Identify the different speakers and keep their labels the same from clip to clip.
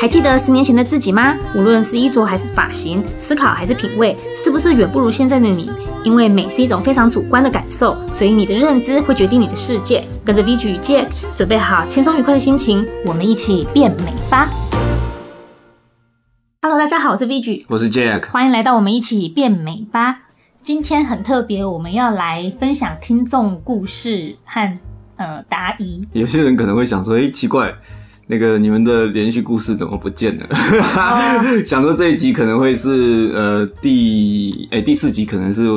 Speaker 1: 还记得十年前的自己吗？无论是衣着还是发型，思考还是品味，是不是远不如现在的你？因为美是一种非常主观的感受，所以你的认知会决定你的世界。跟着 V G 与 Jack，准备好轻松愉快的心情，我们一起变美吧！Hello，大家好，我是 V G，
Speaker 2: 我是 Jack。
Speaker 1: 欢迎来到我们一起变美吧。今天很特别，我们要来分享听众故事和呃答 疑。
Speaker 2: 有些人可能会想说，诶，奇怪，那个你们的连续故事怎么不见了？ 想说这一集可能会是呃第诶第四集，可能是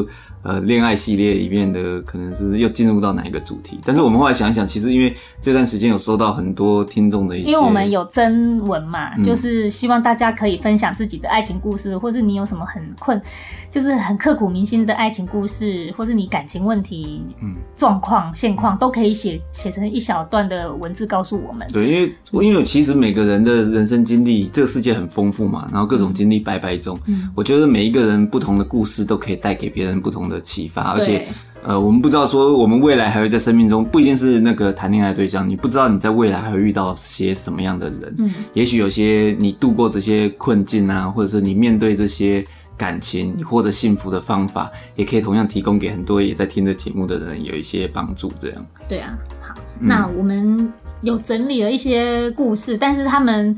Speaker 2: 呃恋爱系列里面的，可能是又进入到哪一个主题？但是我们后来想一想，其实因为这段时间有收到很多听众的一些，
Speaker 1: 因为我们有征文嘛，
Speaker 2: 嗯
Speaker 1: 就是希望大家可以分享自己的爱情故事，或是你有什么很困，就是很刻骨铭心的爱情故事，或是你感情问题、
Speaker 2: 嗯
Speaker 1: 状况、现况，都可以写写成一小段的文字告诉我们。
Speaker 2: 对，因为因为其实每个人的人生经历，这个世界很丰富嘛，然后各种经历百百种。
Speaker 1: 嗯
Speaker 2: 我觉得每一个人不同的故事都可以带给别人不同的启发，而且
Speaker 1: 对，
Speaker 2: 呃，我们不知道说我们未来还会在生命中，不一定是那个谈恋爱对象，你不知道你在未来还会遇到些什么样的人。
Speaker 1: 嗯，
Speaker 2: 也许有些你度过这些困境啊，或者是你面对这些感情，你获得幸福的方法，也可以同样提供给很多也在听这节目的人有一些帮助。这样，
Speaker 1: 对啊。好，
Speaker 2: 嗯
Speaker 1: 那我们有整理了一些故事，但是他们。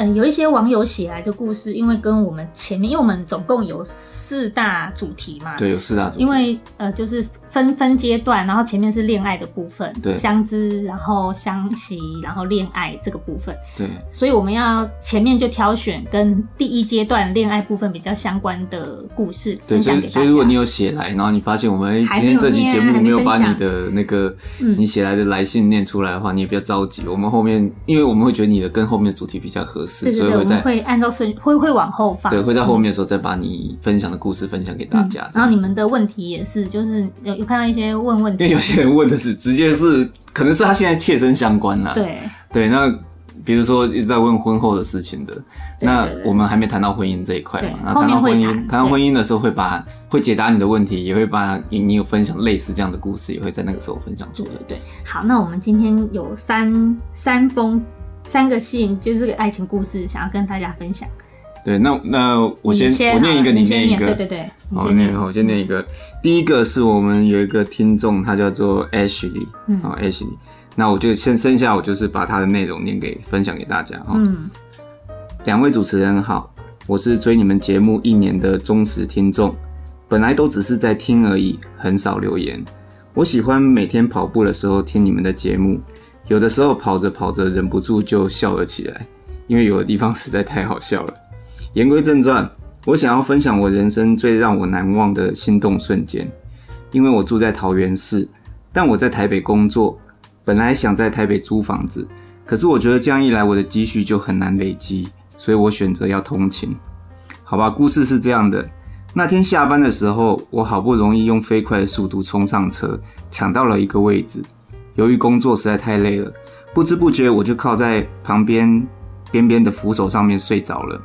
Speaker 1: 嗯，有一些网友写来的故事，因为跟我们前面，因为我们总共有四大主题嘛，
Speaker 2: 对，有四大主题。
Speaker 1: 因为呃，就是分分阶段，然后前面是恋爱的部分，
Speaker 2: 对
Speaker 1: 相知，然后相惜，然后恋爱这个部分，
Speaker 2: 对。
Speaker 1: 所以我们要前面就挑选跟第一阶段恋爱部分比较相关的故事
Speaker 2: 对，
Speaker 1: 分
Speaker 2: 所
Speaker 1: 享给
Speaker 2: 以
Speaker 1: 大
Speaker 2: 所
Speaker 1: 家。
Speaker 2: 以如果你有写来，然后你发现我们哎
Speaker 1: 还
Speaker 2: 今
Speaker 1: 没有
Speaker 2: 天这期
Speaker 1: 念
Speaker 2: 节目
Speaker 1: 还没
Speaker 2: 没有把
Speaker 1: 分享
Speaker 2: 你的那个
Speaker 1: 嗯
Speaker 2: 你写来的来信念出来的话，你也不要着急，我们后面因为我们会觉得你的跟后面的主题比较合适，
Speaker 1: 对对
Speaker 2: 所以
Speaker 1: 对，我
Speaker 2: 会
Speaker 1: 们
Speaker 2: 在
Speaker 1: 会按照顺会会往后放，
Speaker 2: 对会在后面的时候再把你分享的故事分享给大
Speaker 1: 嗯
Speaker 2: 家。这
Speaker 1: 然后
Speaker 2: 样
Speaker 1: 你
Speaker 2: 子
Speaker 1: 们的问题也是，就是有有看到一些问问
Speaker 2: 因为
Speaker 1: 题
Speaker 2: 有，些人问的是直接是可能是他现在切身相关啦，
Speaker 1: 对
Speaker 2: 对，那比如说一直在问婚后的事情的，
Speaker 1: 对
Speaker 2: 那
Speaker 1: 对对
Speaker 2: 我们还没谈到婚姻这一块
Speaker 1: 对
Speaker 2: 嘛？那
Speaker 1: 后
Speaker 2: 谈
Speaker 1: 面
Speaker 2: 到
Speaker 1: 会
Speaker 2: 婚姻，
Speaker 1: 谈
Speaker 2: 谈到
Speaker 1: 对
Speaker 2: 婚姻的时候会把会解答你的问题，也会把你你有分享类似这样的故事，也会在那个时候分享出
Speaker 1: 对
Speaker 2: 来
Speaker 1: 对。对。好，那我们今天有三三封三个信，就是个爱情故事，想要跟大家分享。
Speaker 2: 对，那那我先
Speaker 1: 你嗯先
Speaker 2: 我念一个，
Speaker 1: 好了
Speaker 2: 你
Speaker 1: 你先
Speaker 2: 念一个，
Speaker 1: 对对对，你
Speaker 2: 好，我
Speaker 1: 先
Speaker 2: 念，好我先念一个。第一个是我们有一个听众，他叫做 Ashley，
Speaker 1: 嗯
Speaker 2: 好 Ashley，那我就先剩下我就是把他的内容念给分享给大家哦哈。
Speaker 1: 嗯
Speaker 2: 两位主持人好，我是追你们节目一年的忠实听众，本来都只是在听而已，很少留言。我喜欢每天跑步的时候听你们的节目，有的时候跑着跑着忍不住就笑了起来，因为有的地方实在太好笑了。言归正传，我想要分享我人生最让我难忘的心动瞬间，因为我住在桃园市，但我在台北工作，本来想在台北租房子，可是我觉得这样一来我的积蓄就很难累积，所以我选择要通勤。好吧，故事是这样的：那天下班的时候，我好不容易用飞快的速度冲上车，抢到了一个位置。由于工作实在太累了，不知不觉我就靠在旁边边边的扶手上面睡着了。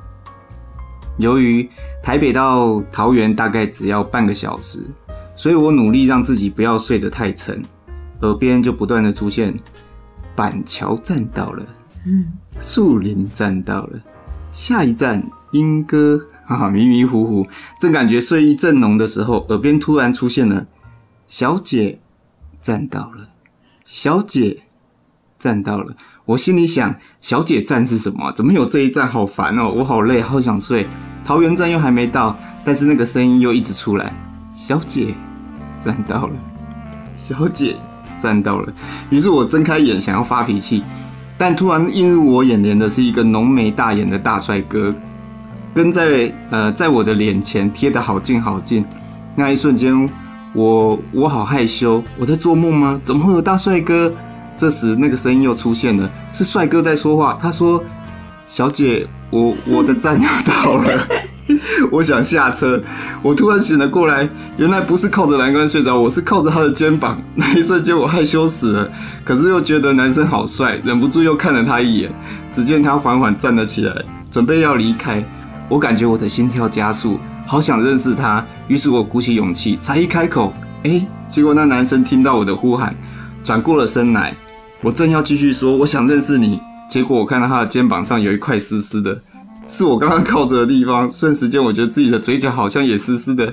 Speaker 2: 由于台北到桃园大概只要半个小时，所以我努力让自己不要睡得太沉，耳边就不断的出现“板桥站到了”。
Speaker 1: 嗯，
Speaker 2: 树林站到了，下一站莺歌 啊，迷迷糊糊，正感觉睡意正浓的时候，耳边突然出现了“小姐站到了”，“小姐站到了”，我心里想，“小姐站是什么啊、怎么有这一站？好烦哦，我好累，好想睡。桃园站又还没到，但是那个声音又一直出来，“小姐站到了”，“小姐站到了”，于是我睁开眼想要发脾气。但突然映入我眼帘的是一个浓眉大眼的大帅哥，跟在呃在我的脸前贴得好近好近。那一瞬间，我我好害羞，我在做梦吗？怎么会有大帅哥？这时那个声音又出现了，是帅哥在说话。他说：“小姐，我我的站要到了。” 我想下车，我突然醒了过来，原来不是靠着栏杆睡着，我是靠着他的肩膀。那一瞬间，我害羞死了。可是又觉得男生好帅，忍不住又看了他一眼。只见他缓缓站了起来，准备要离开。我感觉我的心跳加速，好想认识他。于是我鼓起勇气，才一开口，诶，结果那男生听到我的呼喊，转过了身来。我正要继续说我想认识你，结果我看到他的肩膀上有一块湿湿的，是我刚刚靠着的地方。瞬时间，我觉得自己的嘴角好像也湿湿的，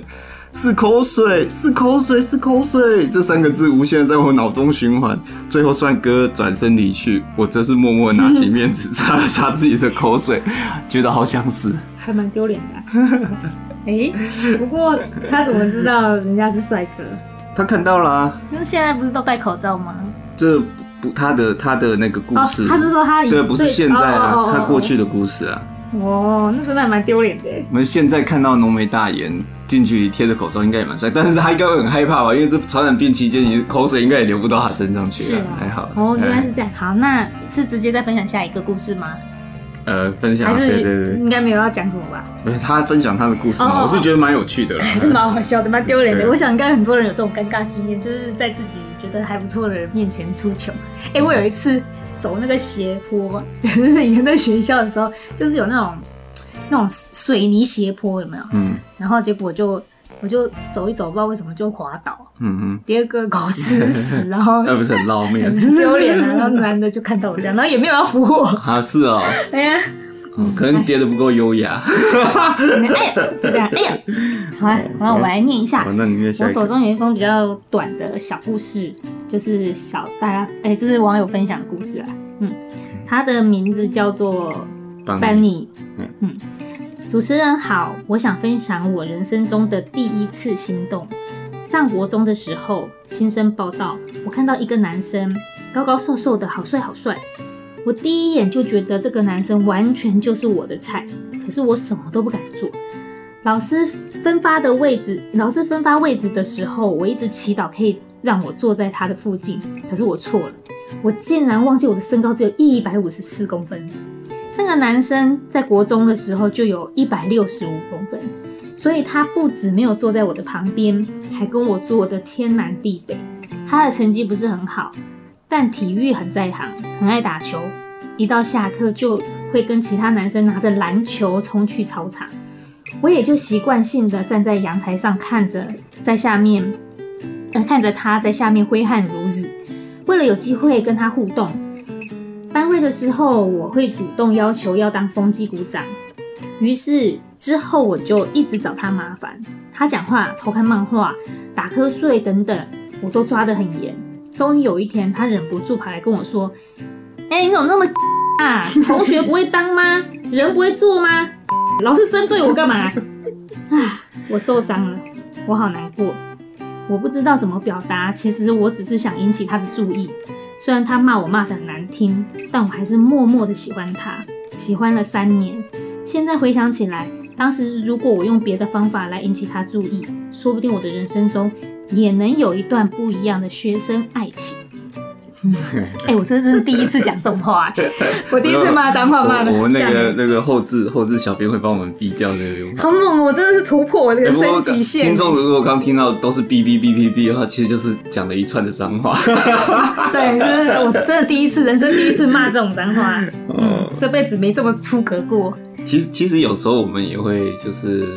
Speaker 2: 是口水，是口水，是口水。这三个字无限地在我脑中循环。最后，帅哥转身离去，我真是默默拿起面纸擦了擦自己的口水，觉得好想死。
Speaker 3: 还蛮丢脸 的啊。哎、不过他怎么知道人家是帅哥？
Speaker 2: 他看到啦、
Speaker 1: 那现在不是都戴口罩吗？
Speaker 2: 这不他的他的那个故
Speaker 3: 哦
Speaker 2: 事，，
Speaker 3: 他是说他以
Speaker 2: 对，不是现在啊，
Speaker 3: 哦哦哦哦
Speaker 2: 他过去的故事啊。
Speaker 3: 哦，那真的还蛮丢脸的耶。
Speaker 2: 我们现在看到浓眉大眼近距离贴着口罩，应该也蛮帅，但是他应该会很害怕吧？因为这传染病期间，你口水应该也流不到他身上去
Speaker 3: 是
Speaker 2: 了
Speaker 3: 啊，
Speaker 2: 还好。
Speaker 1: 哦，原来
Speaker 2: 哎
Speaker 1: 是这样。好，那是直接再分享下一个故事吗？
Speaker 2: 呃，分享
Speaker 3: 还是
Speaker 2: 对对对
Speaker 3: 应该没有要讲什么吧？
Speaker 2: 没有，他分享他的故事
Speaker 1: 哦哦
Speaker 2: 嘛，
Speaker 1: 哦
Speaker 2: 我是觉得蛮有趣的啦。
Speaker 3: 还是蛮好笑的，蛮丢脸的。
Speaker 2: 对
Speaker 3: 我想应该很多人有这种尴尬经验，就是在自己觉得还不错的人面前出糗。哎、我有一次走那个斜坡，就是以前在学校的时候，就是有那种那种水泥斜坡，有没有？
Speaker 2: 嗯
Speaker 3: 然后结果就我就走一走，不知道为什么就滑倒，
Speaker 2: 嗯
Speaker 3: 跌个狗吃屎，然后
Speaker 2: 嗯，那不是很捞面
Speaker 3: 很丢脸啊。然后男的就看到我这样，然后也没有要扶我，
Speaker 2: 啊？是哦，
Speaker 3: 哎呀，
Speaker 1: 嗯
Speaker 2: 哦可
Speaker 1: 哎
Speaker 2: 能跌的不够 优雅。
Speaker 3: 哎呀，就这样，哎呀，
Speaker 1: 好啊，然后我来念一下
Speaker 2: 哦好，。那你念下
Speaker 1: 我
Speaker 2: 一
Speaker 1: 手
Speaker 2: 个。
Speaker 1: 中有一封比较短的小故事，就是小大家哎、这是网友分享的故事啊。嗯，他的名字叫做班
Speaker 2: 尼
Speaker 1: 尼。
Speaker 2: 嗯
Speaker 1: 嗯，主持人好，我想分享我人生中的第一次心动。上国中的时候，新生报道，我看到一个男生高高瘦瘦的，好帅好帅。我第一眼就觉得这个男生完全就是我的菜，可是我什么都不敢做。老师分发的位置，老师分发位置的时候，我一直祈祷可以让我坐在他的附近，可是我错了，我竟然忘记我的身高只有一百五十四公分。那个男生在国中的时候就有一百六十五公分，所以他不止没有坐在我的旁边，还跟我坐的天南地北。他的成绩不是很好，但体育很在行，很爱打球。一到下课就会跟其他男生拿着篮球冲去操场，我也就习惯性的站在阳台上看着，在下面，呃，看着他在下面挥汗如雨。为了有机会跟他互动，班会的时候，我会主动要求要当风纪股长。于是之后我就一直找他麻烦，他讲话、偷看漫画、打瞌睡等等，我都抓得很严。终于有一天，他忍不住跑来跟我说：“哎、你怎么那 么啊？同学不会当吗？人不会做吗？老是针对我干嘛？”啊， 我受伤了，我好难过，我不知道怎么表达。其实我只是想引起他的注意，虽然他骂我骂得很难听，但我还是默默的喜欢他，喜欢了三年。现在回想起来，当时如果我用别的方法来引起他注意，说不定我的人生中也能有一段不一样的学生爱 情。哎、我这是第一次讲这种 话、哎我第一次骂脏话骂的。
Speaker 2: 我我们那
Speaker 1: 这样
Speaker 2: 个那个后置后置小编会帮我们逼掉这个用法。
Speaker 3: 好猛哦！我真的是突破我的
Speaker 2: 欸
Speaker 3: 人
Speaker 2: 不
Speaker 3: 生
Speaker 2: 过
Speaker 3: 极限。
Speaker 2: 听众如果刚听到都是哔哔哔哔哔的话，其实就是讲了一串的脏话。
Speaker 3: 对，就是我真的第一次，人生第一次骂这种脏话，嗯，这辈子没这么出格过。
Speaker 2: 嗯其实其实有时候我们也会就是，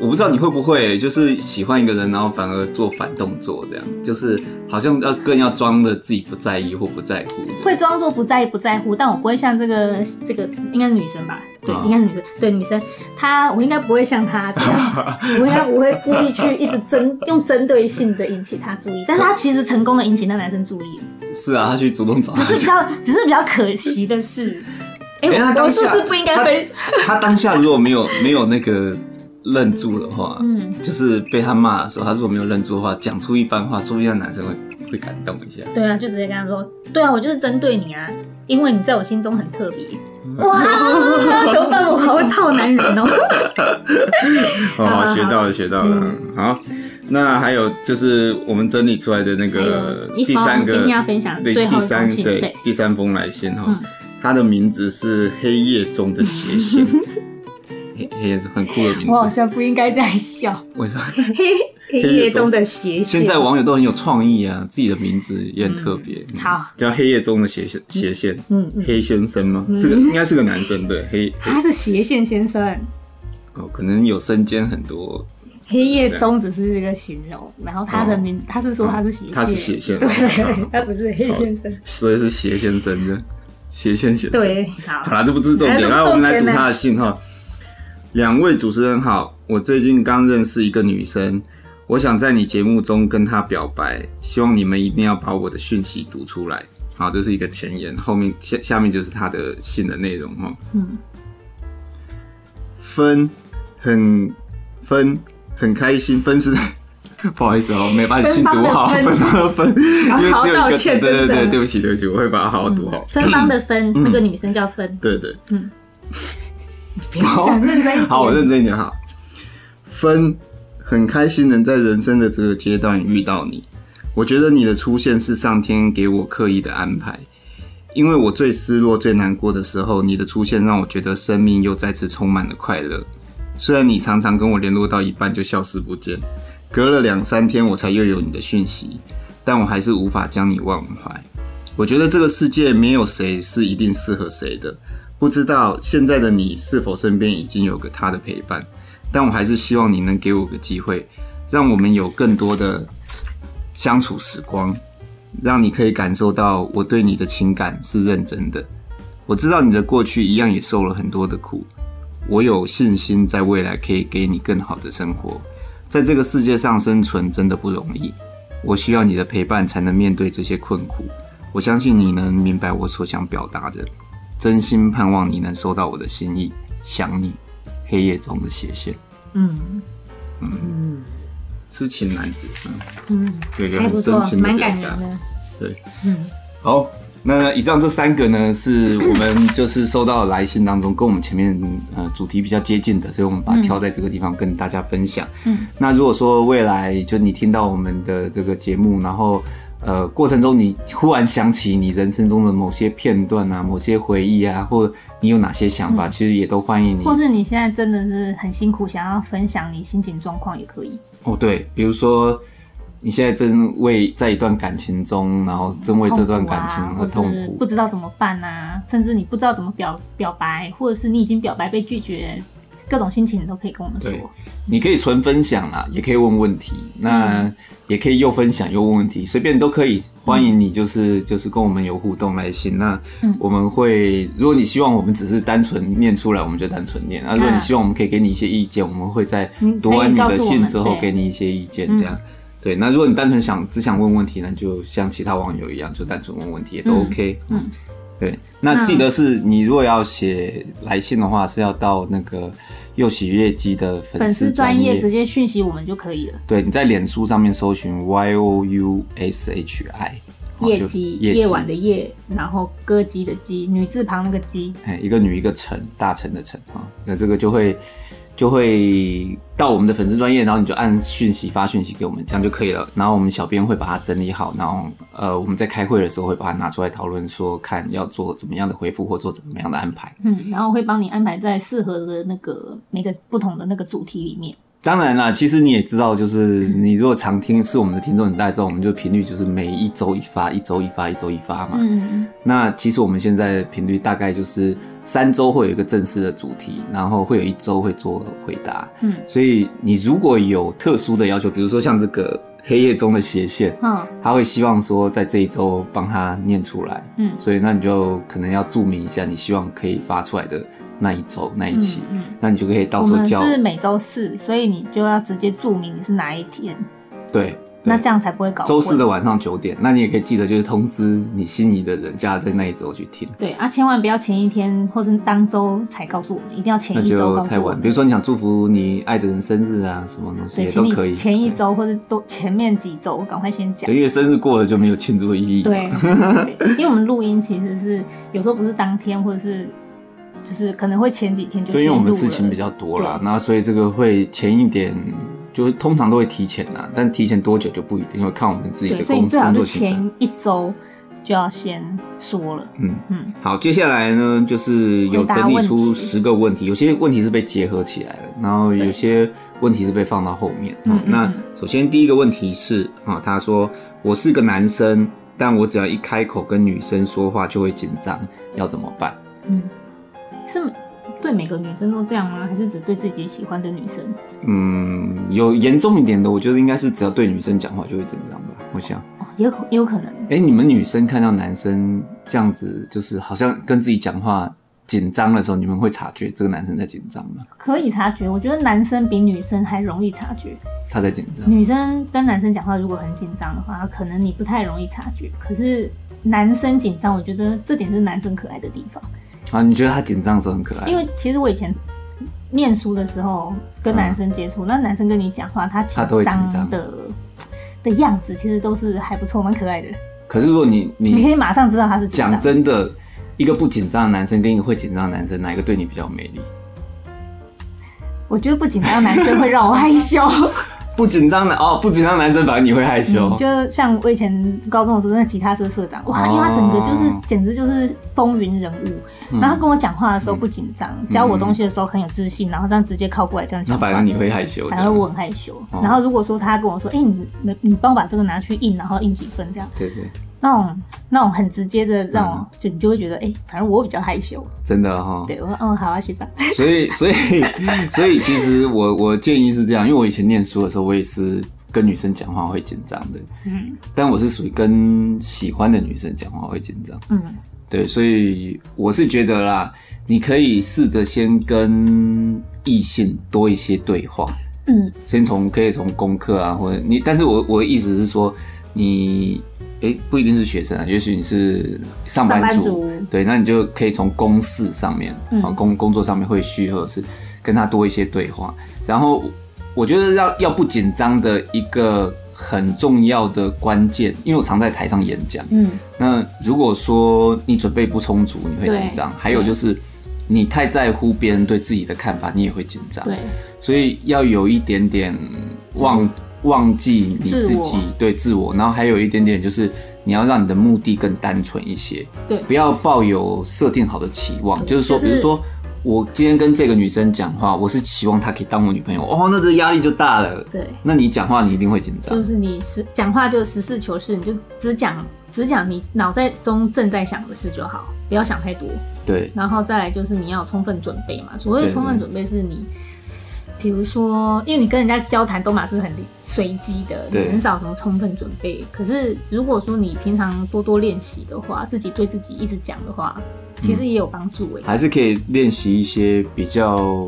Speaker 2: 我不知道你会不会就是喜欢一个人，然后反而做反动作，这样就是好像要更要装的自己不在意或不在乎这
Speaker 1: 会
Speaker 2: 样。
Speaker 1: 装作不在意不在乎，但我不会像这个这个应该是女生吧？对，
Speaker 2: 啊
Speaker 1: 应该是女生，对女生，她我应该不会像她这 样，我应该不会故意去一直针用针对性的引起她注意，但是她其实成功的引起那男生注意，
Speaker 2: 是啊，他去主动找
Speaker 1: 只
Speaker 2: 他
Speaker 1: 是比
Speaker 2: 去。
Speaker 1: 较只是比较可惜的是，哎、
Speaker 2: 欸他
Speaker 1: 我
Speaker 2: 当
Speaker 1: 我是
Speaker 2: 下
Speaker 1: 不是不应该分？
Speaker 2: 他当下如果没有没有那个愣住的话，
Speaker 1: 嗯，
Speaker 2: 就是被他骂的时候，他如果没有愣住的话，讲出一番话，说不定那男生会会感动一下。
Speaker 1: 对啊，就直接跟他说，对啊，我就是针对你啊，因为你在我心中很特别。
Speaker 3: 嗯
Speaker 1: 哇，怎么办？我好会套男人哦。
Speaker 2: 哦，学到了，学到了。
Speaker 1: 嗯
Speaker 2: 好，那还有就是我们整理出来的那个
Speaker 1: 还有一
Speaker 2: 第
Speaker 1: 封
Speaker 2: 三个，
Speaker 1: 今天要分享
Speaker 2: 对
Speaker 1: 最后
Speaker 2: 第
Speaker 1: 一封
Speaker 2: 三
Speaker 1: 信
Speaker 2: 对
Speaker 1: 对
Speaker 2: 第三封来信哈
Speaker 1: 嗯，
Speaker 2: 它的名字是《黑夜中的斜线》， 黑黑夜是很酷的名
Speaker 1: 我好
Speaker 2: 字。
Speaker 1: 像不应该这样笑。
Speaker 2: 为什么？
Speaker 3: 黑夜中的斜线，
Speaker 2: 现在网友都很有创意啊，自己的名字也很特别。嗯
Speaker 1: 好，
Speaker 2: 叫《黑夜中的斜线》斜线，
Speaker 3: 嗯嗯，
Speaker 2: 黑先生吗？是个应该是个男生，对，黑
Speaker 3: 他是斜线先生，
Speaker 2: 哦，可能有身兼很多。
Speaker 3: 黑夜中只是一个形容，然后他的名，他是说他是斜线，
Speaker 2: 哦啊他是斜线，哦
Speaker 3: 对，他不是黑先生，
Speaker 2: 所以是斜先生的。斜线先生。
Speaker 1: 对，好
Speaker 2: 好，啦，这不是重点，
Speaker 1: 哎这不是
Speaker 2: 然后我们来
Speaker 1: 重
Speaker 2: 读
Speaker 1: 点呢
Speaker 2: 他的信哈。两位主持人好，我最近刚认识一个女生，我想在你节目中跟她表白，希望你们一定要把我的讯息读出来。好，这是一个前言，后面下下面就是他的信的内容哈。嗯，分很分很开心，分是。 不好意思哦，没把你信读好，
Speaker 1: 芬
Speaker 2: 分
Speaker 1: 芳
Speaker 2: 方的分，因为只有
Speaker 1: 啊好
Speaker 2: 一
Speaker 1: 道
Speaker 2: 个
Speaker 1: 歉
Speaker 2: 字，对对
Speaker 1: 真的
Speaker 2: 对，对不起对不起，我会把它好好读
Speaker 1: 嗯
Speaker 2: 好。嗯
Speaker 1: 芬芳的芬，那个女生叫芬，
Speaker 2: 对对，
Speaker 1: 别这样认真一点。
Speaker 2: 好，我认真一点好。分很开心能在人生的这个阶段遇到你，我觉得你的出现是上天给我刻意的安排，因为我最失落、最难过的时候，你的出现让我觉得生命又再次充满了快乐。虽然你常常跟我联络到一半就消失不见，隔了两三天我才又有你的讯息，但我还是无法将你忘怀。我觉得这个世界没有谁是一定适合谁的，不知道现在的你是否身边已经有个他的陪伴，但我还是希望你能给我个机会，让我们有更多的相处时光，让你可以感受到我对你的情感是认真的。我知道你的过去一样也受了很多的苦，我有信心在未来可以给你更好的生活。在这个世界上生存真的不容易，我需要你的陪伴才能面对这些困苦。我相信你能明白我所想表达的。真心盼望你能收到我的心意，想你，黑夜中的斜线，
Speaker 1: 嗯
Speaker 2: 痴情男子，嗯，
Speaker 1: 嗯，
Speaker 2: 有一个
Speaker 1: 还不
Speaker 2: 很
Speaker 1: 错
Speaker 2: 深，情的
Speaker 1: 蛮
Speaker 2: 表
Speaker 1: 感人
Speaker 2: 达。
Speaker 1: 的。
Speaker 2: 好，那以上这三个呢，是我们就是收到的来信当中，跟我们前面呃主题比较接近的，所以我们把它挑在这个地方跟大家分享。
Speaker 1: 嗯，
Speaker 2: 那如果说未来就你听到我们的这个节目，然后呃过程中你忽然想起你人生中的某些片段啊、某些回忆啊，或你有哪些想法，其实也都欢迎你
Speaker 1: 或是你现在真的是很辛苦，想要分享你心情状况也可以。
Speaker 2: 哦，对，比如说你现在正为在一段感情中，然后正为这段感情
Speaker 1: 痛
Speaker 2: 而
Speaker 1: 苦
Speaker 2: 痛
Speaker 1: 啊或是
Speaker 2: 苦，
Speaker 1: 不知道怎么办啊，甚至你不知道怎么表表白，或者是你已经表白被拒绝，各种心情你都可以跟我们说。
Speaker 2: 对你可以纯分享啦，也可以问问题，那
Speaker 1: 嗯
Speaker 2: 也可以又分享又问问题，随便都可以。欢迎你，就是、就是跟我们有互动来信。那
Speaker 1: 嗯
Speaker 2: 我们会，如果你希望我们只是单纯念出来，我们就单纯念；那、啊如果你
Speaker 1: 嗯
Speaker 2: 希望我们可以给你一些意见，我们会在
Speaker 1: 嗯
Speaker 2: 读完你
Speaker 1: 可以
Speaker 2: 的
Speaker 1: 告诉我
Speaker 2: 信
Speaker 1: 们
Speaker 2: 之后
Speaker 1: 对
Speaker 2: 给你一些意见，这样。
Speaker 1: 嗯
Speaker 2: 对，那如果你单纯想只想问问题，那就像其他网友一样，就单纯问问题也都
Speaker 1: 嗯
Speaker 2: OK。
Speaker 1: 嗯
Speaker 2: 对，那
Speaker 1: 那
Speaker 2: 记得是你如果要写来信的话，是要到那个右喜悦姬的粉
Speaker 1: 粉丝
Speaker 2: 丝
Speaker 1: 专
Speaker 2: 专
Speaker 1: 业直
Speaker 2: 业。
Speaker 1: 接讯息我们就可以了。
Speaker 2: 对，你在脸书上面搜寻 Y O U S H I，哦
Speaker 1: 夜
Speaker 2: 就
Speaker 1: 鸡，
Speaker 2: 夜
Speaker 1: 夜晚的夜，然后歌姬的姬，女字旁那个姬。
Speaker 2: 哎，一个女一个陈，大陈的陈哈，那这个就会就会到我们的粉丝专业，然后你就按讯息发讯息给我们，这样就可以了。然后我们小编会把它整理好，然后呃我们在开会的时候会把它拿出来讨论，说看要做怎么样的回复或做怎么样的安排。
Speaker 1: 嗯，然后会帮你安排在适合的那个每个不同的那个主题里面。
Speaker 2: 当然啦，其实你也知道，就是你如果常听是我们的听众，你大概知道我们就频率就是每一周一发，一周一发，一周一发嘛。
Speaker 1: 嗯，
Speaker 2: 那其实我们现在的频率大概就是三周会有一个正式的主题，然后会有一周会做回答。
Speaker 1: 嗯
Speaker 2: 所以你如果有特殊的要求，比如说像这个黑夜中的斜线，
Speaker 1: 嗯
Speaker 2: 他会希望说在这一周帮他念出来，
Speaker 1: 嗯
Speaker 2: 所以那你就可能要注明一下你希望可以发出来的那一周那一期，
Speaker 1: 嗯
Speaker 2: 那你就可以到
Speaker 1: 我
Speaker 2: 时候
Speaker 1: 们
Speaker 2: 叫
Speaker 1: 是每周四，所以你就要直接注明你是哪一天，
Speaker 2: 对。
Speaker 1: 那
Speaker 2: 对
Speaker 1: 这样才不会搞混
Speaker 2: 周四的晚上九点，那你也可以记得就是通知你心仪的人家在那一周去听，
Speaker 1: 对啊，千万不要前一天或是当周才告诉我们，一定要前
Speaker 2: 那
Speaker 1: 一周
Speaker 2: 就
Speaker 1: 告诉
Speaker 2: 太
Speaker 1: 我
Speaker 2: 晚。
Speaker 1: 们。
Speaker 2: 比如说你想祝福你爱的人生日啊，什么东西
Speaker 1: 对，
Speaker 2: 也
Speaker 1: 请
Speaker 2: 都可以。
Speaker 1: 你前一周或者多前面几周赶快先讲
Speaker 2: 对，。因为生日过了就没有庆祝的意义。，哦
Speaker 1: 对，对因为我们录音其实是有时候不是当天，或者是就是可能会前几天就
Speaker 2: 对，因为我
Speaker 1: 先
Speaker 2: 们
Speaker 1: 录
Speaker 2: 事情
Speaker 1: 了
Speaker 2: 比较多啦，
Speaker 1: 对
Speaker 2: 那所以这个会前一点，就是通常都会提前啦，但提前多久就不一定，因为看我们自己
Speaker 1: 对，
Speaker 2: 的
Speaker 1: 所以你
Speaker 2: 工
Speaker 1: 最好
Speaker 2: 工
Speaker 1: 是
Speaker 2: 作行程。
Speaker 1: 前一周就要先说了。
Speaker 2: 嗯
Speaker 1: 嗯，
Speaker 2: 好，接下来呢，就是有整理出十个问题，有些问题是被结合起来的，然后有些问题是被放到后面。
Speaker 1: 嗯
Speaker 2: 哦
Speaker 1: 嗯
Speaker 2: 那
Speaker 1: 嗯
Speaker 2: 首先第一个问题是啊、他说我是个男生，但我只要一开口跟女生说话就会紧张，要怎么办？
Speaker 1: 是对每个女生都这样吗？还是只对自己喜欢的女生？
Speaker 2: 嗯，有严重一点的，我觉得应该是只要对女生讲话就会紧张吧，我想。
Speaker 1: 哦，也有可也有可能。
Speaker 2: 哎、你们女生看到男生这样子，就是好像跟自己讲话紧张的时候，你们会察觉这个男生在紧张吗？
Speaker 1: 可以察觉，我觉得男生比女生还容易察觉。
Speaker 2: 他在紧张。
Speaker 1: 女生跟男生讲话如果很紧张的话，可能你不太容易察觉。可是男生紧张，我觉得这点是男生可爱的地方。
Speaker 2: 啊，你觉得他紧张的时候很可爱
Speaker 1: 因？为其实我以前念书的时候跟男生接触，那男生跟你讲话，他紧
Speaker 2: 嗯他都会紧
Speaker 1: 张
Speaker 2: 张
Speaker 1: 的的样子，其实都是还不错，蛮可爱的。
Speaker 2: 可是如果你
Speaker 1: 你可
Speaker 2: 你
Speaker 1: 以马上知道他是紧
Speaker 2: 讲
Speaker 1: 张。
Speaker 2: 真的，一个不紧张的男生跟一个会紧张的男生，哪一个对你比较有魅力？
Speaker 1: 我觉得不紧张的男生会让我害羞。
Speaker 2: 不紧张的哦，不紧张的男生反而你会害羞。
Speaker 1: 嗯就像我以前高中的时候，那吉他社社长，哇，因为他整个就是
Speaker 2: 哦嗯
Speaker 1: 简直就是风云人物。然后他跟我讲话的时候不紧张，教我东西的时候很有自信，然后这样直接靠过来这样
Speaker 2: 那
Speaker 1: 讲话。
Speaker 2: 反而你会害羞，
Speaker 1: 反而我很害羞。
Speaker 2: 哦
Speaker 1: 然后如果说他跟我说，哎、你你你帮我把这个拿去印，然后印几份这样，
Speaker 2: 这样对对，
Speaker 1: 那种那种很直接的让我，
Speaker 2: 嗯
Speaker 1: 就你就会觉得，哎、反正我比较害羞。
Speaker 2: 真的哦哈、
Speaker 1: 对，我说，嗯，好啊，学长。
Speaker 2: 所以，所以，所以，其实我我建议是这样，因为我以前念书的时候，我也是跟女生讲话会紧张的，
Speaker 1: 嗯
Speaker 2: 但我是属于跟喜欢的女生讲话会紧张。
Speaker 1: 嗯，
Speaker 2: 对，所以我是觉得啦，你可以试着先跟异性多一些对话，
Speaker 1: 嗯，
Speaker 2: 先从可以从功课啊，或者你，但是我我的意思是说，你诶、不一定是学生啊，也许你是上班
Speaker 1: 上班
Speaker 2: 族，
Speaker 1: 族
Speaker 2: 对，那你就可以从公事上面
Speaker 1: 嗯
Speaker 2: 啊、工工作上面会需或者是跟他多一些对话，然后我觉得要要不紧张的一个很重要的关键，因为我常在台上演讲，
Speaker 1: 嗯
Speaker 2: 那如果说你准备不充足，你会紧张；还有就是你太在乎别人对自己的看法，你也会紧张。
Speaker 1: 对，嗯
Speaker 2: 所以要有一点点忘忘记你自
Speaker 1: 自
Speaker 2: 己
Speaker 1: 我
Speaker 2: 对自我，然后还有一点点就是你要让你的目的更单纯一些，
Speaker 1: 对
Speaker 2: 不要抱有设定好的期望，就是说，
Speaker 1: 就是
Speaker 2: 比如说。我今天跟这个女生讲话，我是期望她可以当我女朋友哦，那这压力就大了。
Speaker 1: 对，
Speaker 2: 那你讲话你一定会紧张
Speaker 1: 就，是你实讲话就实事求是，你就只讲只讲你脑袋中正在想的事就好，不要想太多。
Speaker 2: 对，
Speaker 1: 然后再来就是你要有充分准备嘛。所谓的
Speaker 2: 对
Speaker 1: 充分准备是你，比如说，因为你跟人家交谈都嘛是很随机的，你
Speaker 2: 对
Speaker 1: 很少什么充分准备。可是如果说你平常多多练习的话，自己对自己一直讲的话，其实也有帮助哎、
Speaker 2: 嗯还是可以练习一些比较，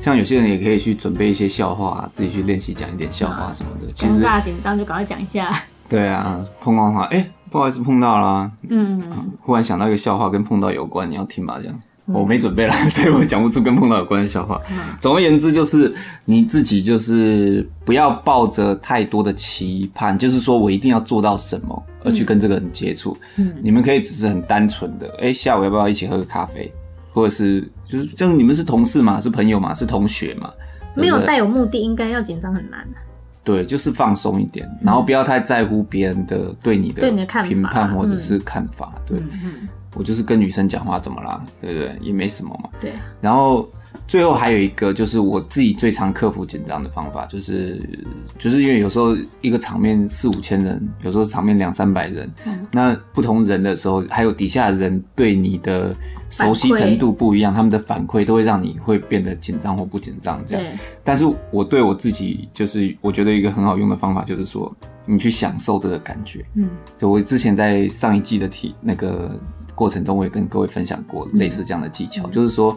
Speaker 2: 像有些人也可以去准备一些笑话、自己去练习讲一点笑话什么的。其
Speaker 1: 讲
Speaker 2: 实
Speaker 1: 大家紧张就赶快讲一 下，
Speaker 2: 对啊，碰到他，哎、不好意思碰到啦、
Speaker 1: 嗯，
Speaker 2: 忽然想到一个笑话跟碰到有关，你要听吗？这样。我没准备啦， 所以我讲不出跟碰到有关的笑话。总而言之，就是你自己就是不要抱着太多的期盼，就是说我一定要做到什么而去跟这个人接触。
Speaker 1: 嗯
Speaker 2: 你们可以只是很单纯的，哎、下午要不要一起喝个咖啡，或者是就是这样，你们是同事嘛，是朋友嘛，是同学嘛，对不对
Speaker 1: 没有带有目的，应该要紧张很难啊。
Speaker 2: 对，就是放松一点，然后不要太在乎别人的对你
Speaker 1: 嗯
Speaker 2: 的
Speaker 1: 对你的看法
Speaker 2: 评判或者
Speaker 1: 嗯
Speaker 2: 是看法。对
Speaker 1: 嗯嗯，
Speaker 2: 我就是跟女生讲话怎么啦，对不对？也没什么嘛。
Speaker 1: 对啊，
Speaker 2: 然后最后还有一个就是我自己最常克服紧张的方法，就是就是因为有时候一个场面四五千人，有时候场面两三百人，
Speaker 1: 嗯
Speaker 2: 那不同人的时候，还有底下的人对你的熟悉
Speaker 1: 反馈
Speaker 2: 程度不一样，他们的反馈都会让你会变得紧张或不紧张这样。
Speaker 1: 对，
Speaker 2: 但是我对我自己就是我觉得一个很好用的方法就是说，你去享受这个感觉。
Speaker 1: 嗯
Speaker 2: 就我之前在上一季的体那个过程中，我也跟各位分享过类似这样的技
Speaker 1: 嗯
Speaker 2: 巧，就是说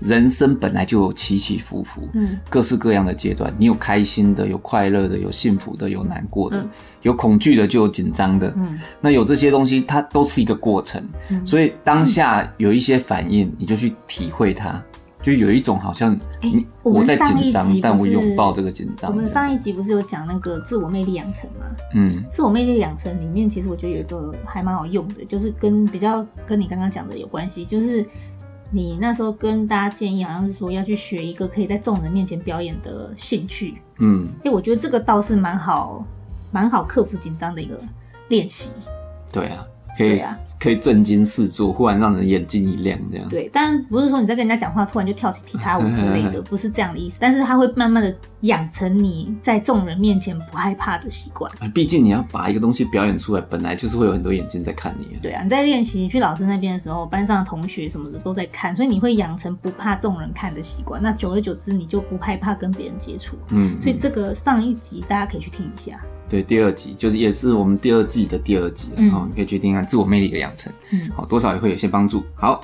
Speaker 2: 人生本来就有起起伏伏，
Speaker 1: 嗯
Speaker 2: 各式各样的阶段，你有开心的，有快乐的，有幸福的，有难过的，有恐惧的，就有紧张的。
Speaker 1: 嗯
Speaker 2: 那有这些东西，它都是一个过程，
Speaker 1: 嗯
Speaker 2: 所以当下有一些反应，你就去体会它。就有一种好像
Speaker 1: 哎
Speaker 2: 你、
Speaker 1: 我们
Speaker 2: 在
Speaker 1: 上
Speaker 2: 紧
Speaker 1: 一
Speaker 2: 张
Speaker 1: 集，
Speaker 2: 但
Speaker 1: 不
Speaker 2: 我
Speaker 1: 是
Speaker 2: 拥抱这个紧张。
Speaker 1: 我们上一集不是有讲那个自我魅力养成吗？
Speaker 2: 嗯，
Speaker 1: 自我魅力养成里面，其实我觉得有一个还蛮好用的，就是跟比较跟你刚刚讲的有关系，就是你那时候跟大家建议，好像是说要去学一个可以在众人面前表演的兴趣。
Speaker 2: 嗯，
Speaker 1: 哎、我觉得这个倒是蛮好，蛮好克服紧张的一个练习。
Speaker 2: 对啊，可以、
Speaker 1: 对啊
Speaker 2: 可以震惊四座，忽然让人眼睛一亮这样。
Speaker 1: 对，当然不是说你在跟人家讲话，突然就跳起踢踏舞之类的，不是这样的意思。但是它会慢慢的养成你在众人面前不害怕的习惯。
Speaker 2: 哎毕竟你要把一个东西表演出来，本来就是会有很多眼睛在看你啊。
Speaker 1: 对啊，你在练习，你去老师那边的时候，班上的同学什么的都在看，所以你会养成不怕众人看的习惯。那久而久之，你就不害怕跟别人接触。
Speaker 2: 嗯，
Speaker 1: 所以
Speaker 2: 嗯
Speaker 1: 这个上一集大家可以去听一下。
Speaker 2: 对第二集就是也是我们第二季的第二集了，
Speaker 1: 嗯
Speaker 2: 哦，你可以决定看自我魅力的养成，
Speaker 1: 嗯
Speaker 2: 好、多少也会有些帮助。好，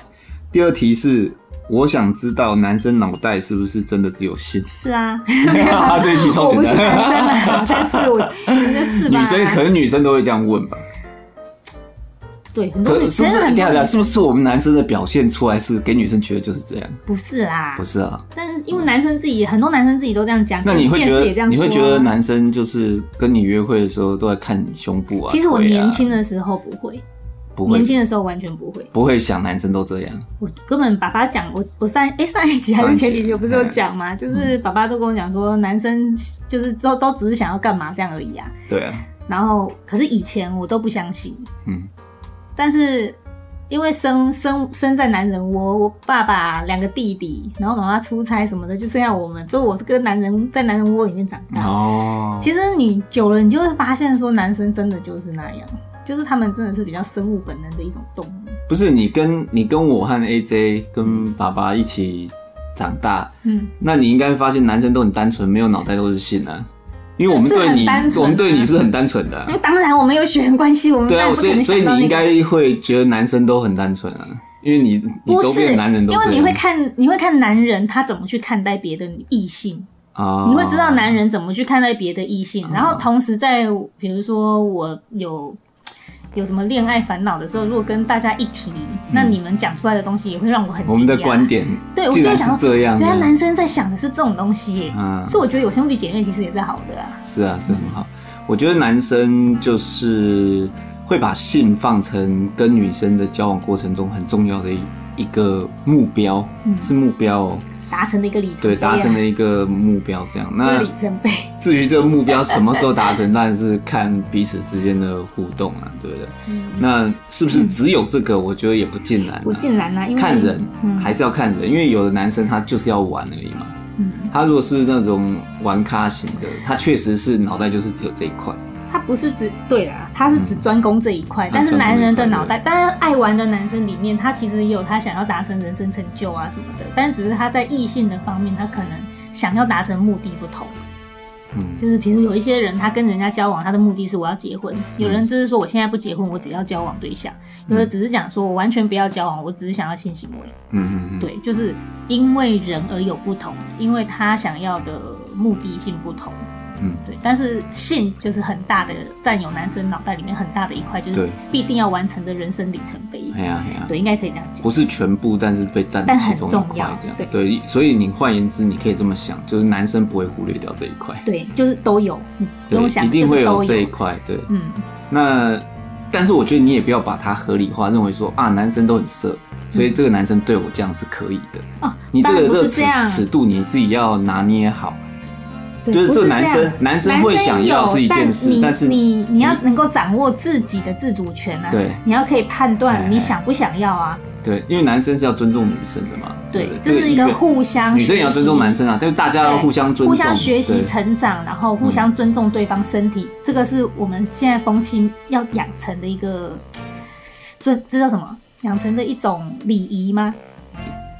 Speaker 2: 第二题是我想知道男生脑袋是不是真的只有性？
Speaker 1: 是啊，
Speaker 2: 这一题超
Speaker 1: 我不
Speaker 2: 简
Speaker 1: 是
Speaker 2: 单，
Speaker 1: 男生啦，但是 我应该是吧？
Speaker 2: 哦女生可能女生都会这样问吧？
Speaker 1: 对很多
Speaker 2: 可
Speaker 1: 女
Speaker 2: 是
Speaker 1: 生
Speaker 2: 不是？哎
Speaker 1: 很
Speaker 2: 等一
Speaker 1: 多
Speaker 2: 下
Speaker 1: 女
Speaker 2: 等一下是不是我们男生的表现出来是给女生觉得就是这样？
Speaker 1: 不是啦
Speaker 2: 不，是啊？
Speaker 1: 但是因为男生自己很多男生自己都这样讲，
Speaker 2: 那你会觉
Speaker 1: 电视也这
Speaker 2: 得
Speaker 1: 样
Speaker 2: 你
Speaker 1: 说啊
Speaker 2: 会觉得？男生就是跟你约会的时候都在看胸部啊？
Speaker 1: 其实我
Speaker 2: 腿啊
Speaker 1: 年轻的时候不会，
Speaker 2: 不会
Speaker 1: 年轻的时候完全不会，
Speaker 2: 不会想男生都这样，
Speaker 1: 我根本爸爸讲我我上哎、上一集嗯还是前几集我不是有讲吗？就是爸爸都跟我讲说男生就是都都只是想要干嘛这样而已啊。
Speaker 2: 对啊，
Speaker 1: 然后可是以前我都不相信，
Speaker 2: 嗯，
Speaker 1: 但是因为生生生在男人窝，我爸爸两个弟弟，然后妈妈出差什么的，就剩下我们，所以我是跟男人在男人窝里面长大。
Speaker 2: 哦，
Speaker 1: 啊其实你久了，你就会发现说，男生真的就是那样，就是他们真的是比较生物本能的一种动物。
Speaker 2: 不是你跟你跟我和 AJ 跟爸爸一起长大，
Speaker 1: 嗯，
Speaker 2: 那你应该发现男生都很单纯，没有脑袋都是性啊，因为我们
Speaker 1: 是
Speaker 2: 对
Speaker 1: 很
Speaker 2: 你
Speaker 1: 单，纯啊
Speaker 2: 我们对你是很单纯的啊、
Speaker 1: 因 为当然我们有血缘关系，我们
Speaker 2: 对
Speaker 1: 当
Speaker 2: 啊，
Speaker 1: 然不可
Speaker 2: 所以
Speaker 1: 能
Speaker 2: 所
Speaker 1: 想
Speaker 2: 以
Speaker 1: 到那个
Speaker 2: 你应该会觉得男生都很单纯啊，因为你你
Speaker 1: 不
Speaker 2: 周边
Speaker 1: 是
Speaker 2: 的男人都
Speaker 1: 因
Speaker 2: 这样
Speaker 1: 为你会看你会看男人他怎么去看待别的异性，
Speaker 2: 啊，
Speaker 1: 你会知道男人怎么去看待别的异性，
Speaker 2: 哦
Speaker 1: 然后同时在比如说我有有什么恋爱烦恼的时候，如果跟大家一提，那你们讲出来的东西也会让我很
Speaker 2: 嗯我们的
Speaker 1: 惊讶
Speaker 2: 观，点，
Speaker 1: 啊对我
Speaker 2: 竟
Speaker 1: 就会
Speaker 2: 然是
Speaker 1: 想到
Speaker 2: 这样
Speaker 1: 原
Speaker 2: 的，
Speaker 1: 来男生在想的是这种东西耶，
Speaker 2: 嗯
Speaker 1: 所以我觉得有兄弟姐妹其实也是好的啊，
Speaker 2: 是啊，是很好。我觉得男生就是会把性放成跟女生的交往过程中很重要的一一个目标，
Speaker 1: 嗯
Speaker 2: 是目标哦，
Speaker 1: 达成的一个里程碑
Speaker 2: 对，
Speaker 1: 啊，
Speaker 2: 达成了一个目标这样。
Speaker 1: 这
Speaker 2: 那
Speaker 1: 个里程碑，
Speaker 2: 至于这个目标什么时候达成，当然是看彼此之间的互动啊，对不对？
Speaker 1: 嗯，
Speaker 2: 那是不是只有这个？我觉得也不尽然、啊，
Speaker 1: 不尽然啊，因为
Speaker 2: 看人、
Speaker 1: 嗯
Speaker 2: 还是要看人，因为有的男生他就是要玩而已嘛。
Speaker 1: 嗯，
Speaker 2: 他如果是那种玩咖型的，他确实是脑袋就是只有这一块。
Speaker 1: 他不是只对啦，他是只专攻这一块，
Speaker 2: 嗯
Speaker 1: 但是男人的脑
Speaker 2: 专
Speaker 1: 袋，当然爱玩的男生里面，他其实也有他想要达成人生成就啊什么的，但只是他在异性的方面，他可能想要达成目的不同。
Speaker 2: 嗯，
Speaker 1: 就是比如有一些人，他跟人家交往，他的目的是我要结婚；有人就是说我现在不结婚，我只要交往对象；有的只是讲说我完全不要交往，我只是想要性行为。
Speaker 2: 嗯嗯，
Speaker 1: 对，就是因为人而有不同，因为他想要的目的性不同。
Speaker 2: 嗯
Speaker 1: 对。但是性就是很大的占有男生脑袋里面很大的一块，就
Speaker 2: 对
Speaker 1: 是必定要完成的人生里程碑。
Speaker 2: 哎呀哎呀，
Speaker 1: 对，应该可以这样讲
Speaker 2: 不。是全部，但是被占了
Speaker 1: 但
Speaker 2: 其
Speaker 1: 很
Speaker 2: 中
Speaker 1: 重
Speaker 2: 一块
Speaker 1: 要
Speaker 2: 这样。
Speaker 1: 对
Speaker 2: 对，所以你换言之，你可以这么想，就是男生不会忽略掉这一块，
Speaker 1: 对，就是都有，嗯不
Speaker 2: 对
Speaker 1: 用，想，
Speaker 2: 一定
Speaker 1: 就
Speaker 2: 会
Speaker 1: 是
Speaker 2: 有
Speaker 1: 都
Speaker 2: 这一。块。对，
Speaker 1: 嗯，
Speaker 2: 那但是我觉得你也不要把它合理化，认为说啊，男生都很色，所以这个男生对我这样是可以的。
Speaker 1: 哦，
Speaker 2: 你这
Speaker 1: 当
Speaker 2: 个
Speaker 1: 然
Speaker 2: 这
Speaker 1: 不
Speaker 2: 个
Speaker 1: 是
Speaker 2: 尺
Speaker 1: 这样，
Speaker 2: 尺度你自己要拿捏好。
Speaker 1: 对
Speaker 2: 就是
Speaker 1: 不
Speaker 2: 这
Speaker 1: 是
Speaker 2: 个男
Speaker 1: 这
Speaker 2: 生
Speaker 1: 样，
Speaker 2: 男生会想要是一件事
Speaker 1: 有
Speaker 2: 但是
Speaker 1: 你你你要能够掌握自己的自主权啊，
Speaker 2: 对
Speaker 1: 你要可以判
Speaker 2: 哎
Speaker 1: 断你想不想要啊，
Speaker 2: 对，因为男生是要尊重女生的嘛。
Speaker 1: 对
Speaker 2: 不，
Speaker 1: 这是一
Speaker 2: 意
Speaker 1: 个
Speaker 2: 愿
Speaker 1: 互相
Speaker 2: 女生也要
Speaker 1: 学习
Speaker 2: 尊重男生啊，但是大家要
Speaker 1: 对
Speaker 2: 互相尊重，
Speaker 1: 互相学习
Speaker 2: 对嗯
Speaker 1: 成长，然后互相尊重对方身体，这个是我们现在风气要养成的一个尊，这叫什么？养成的一种礼仪吗？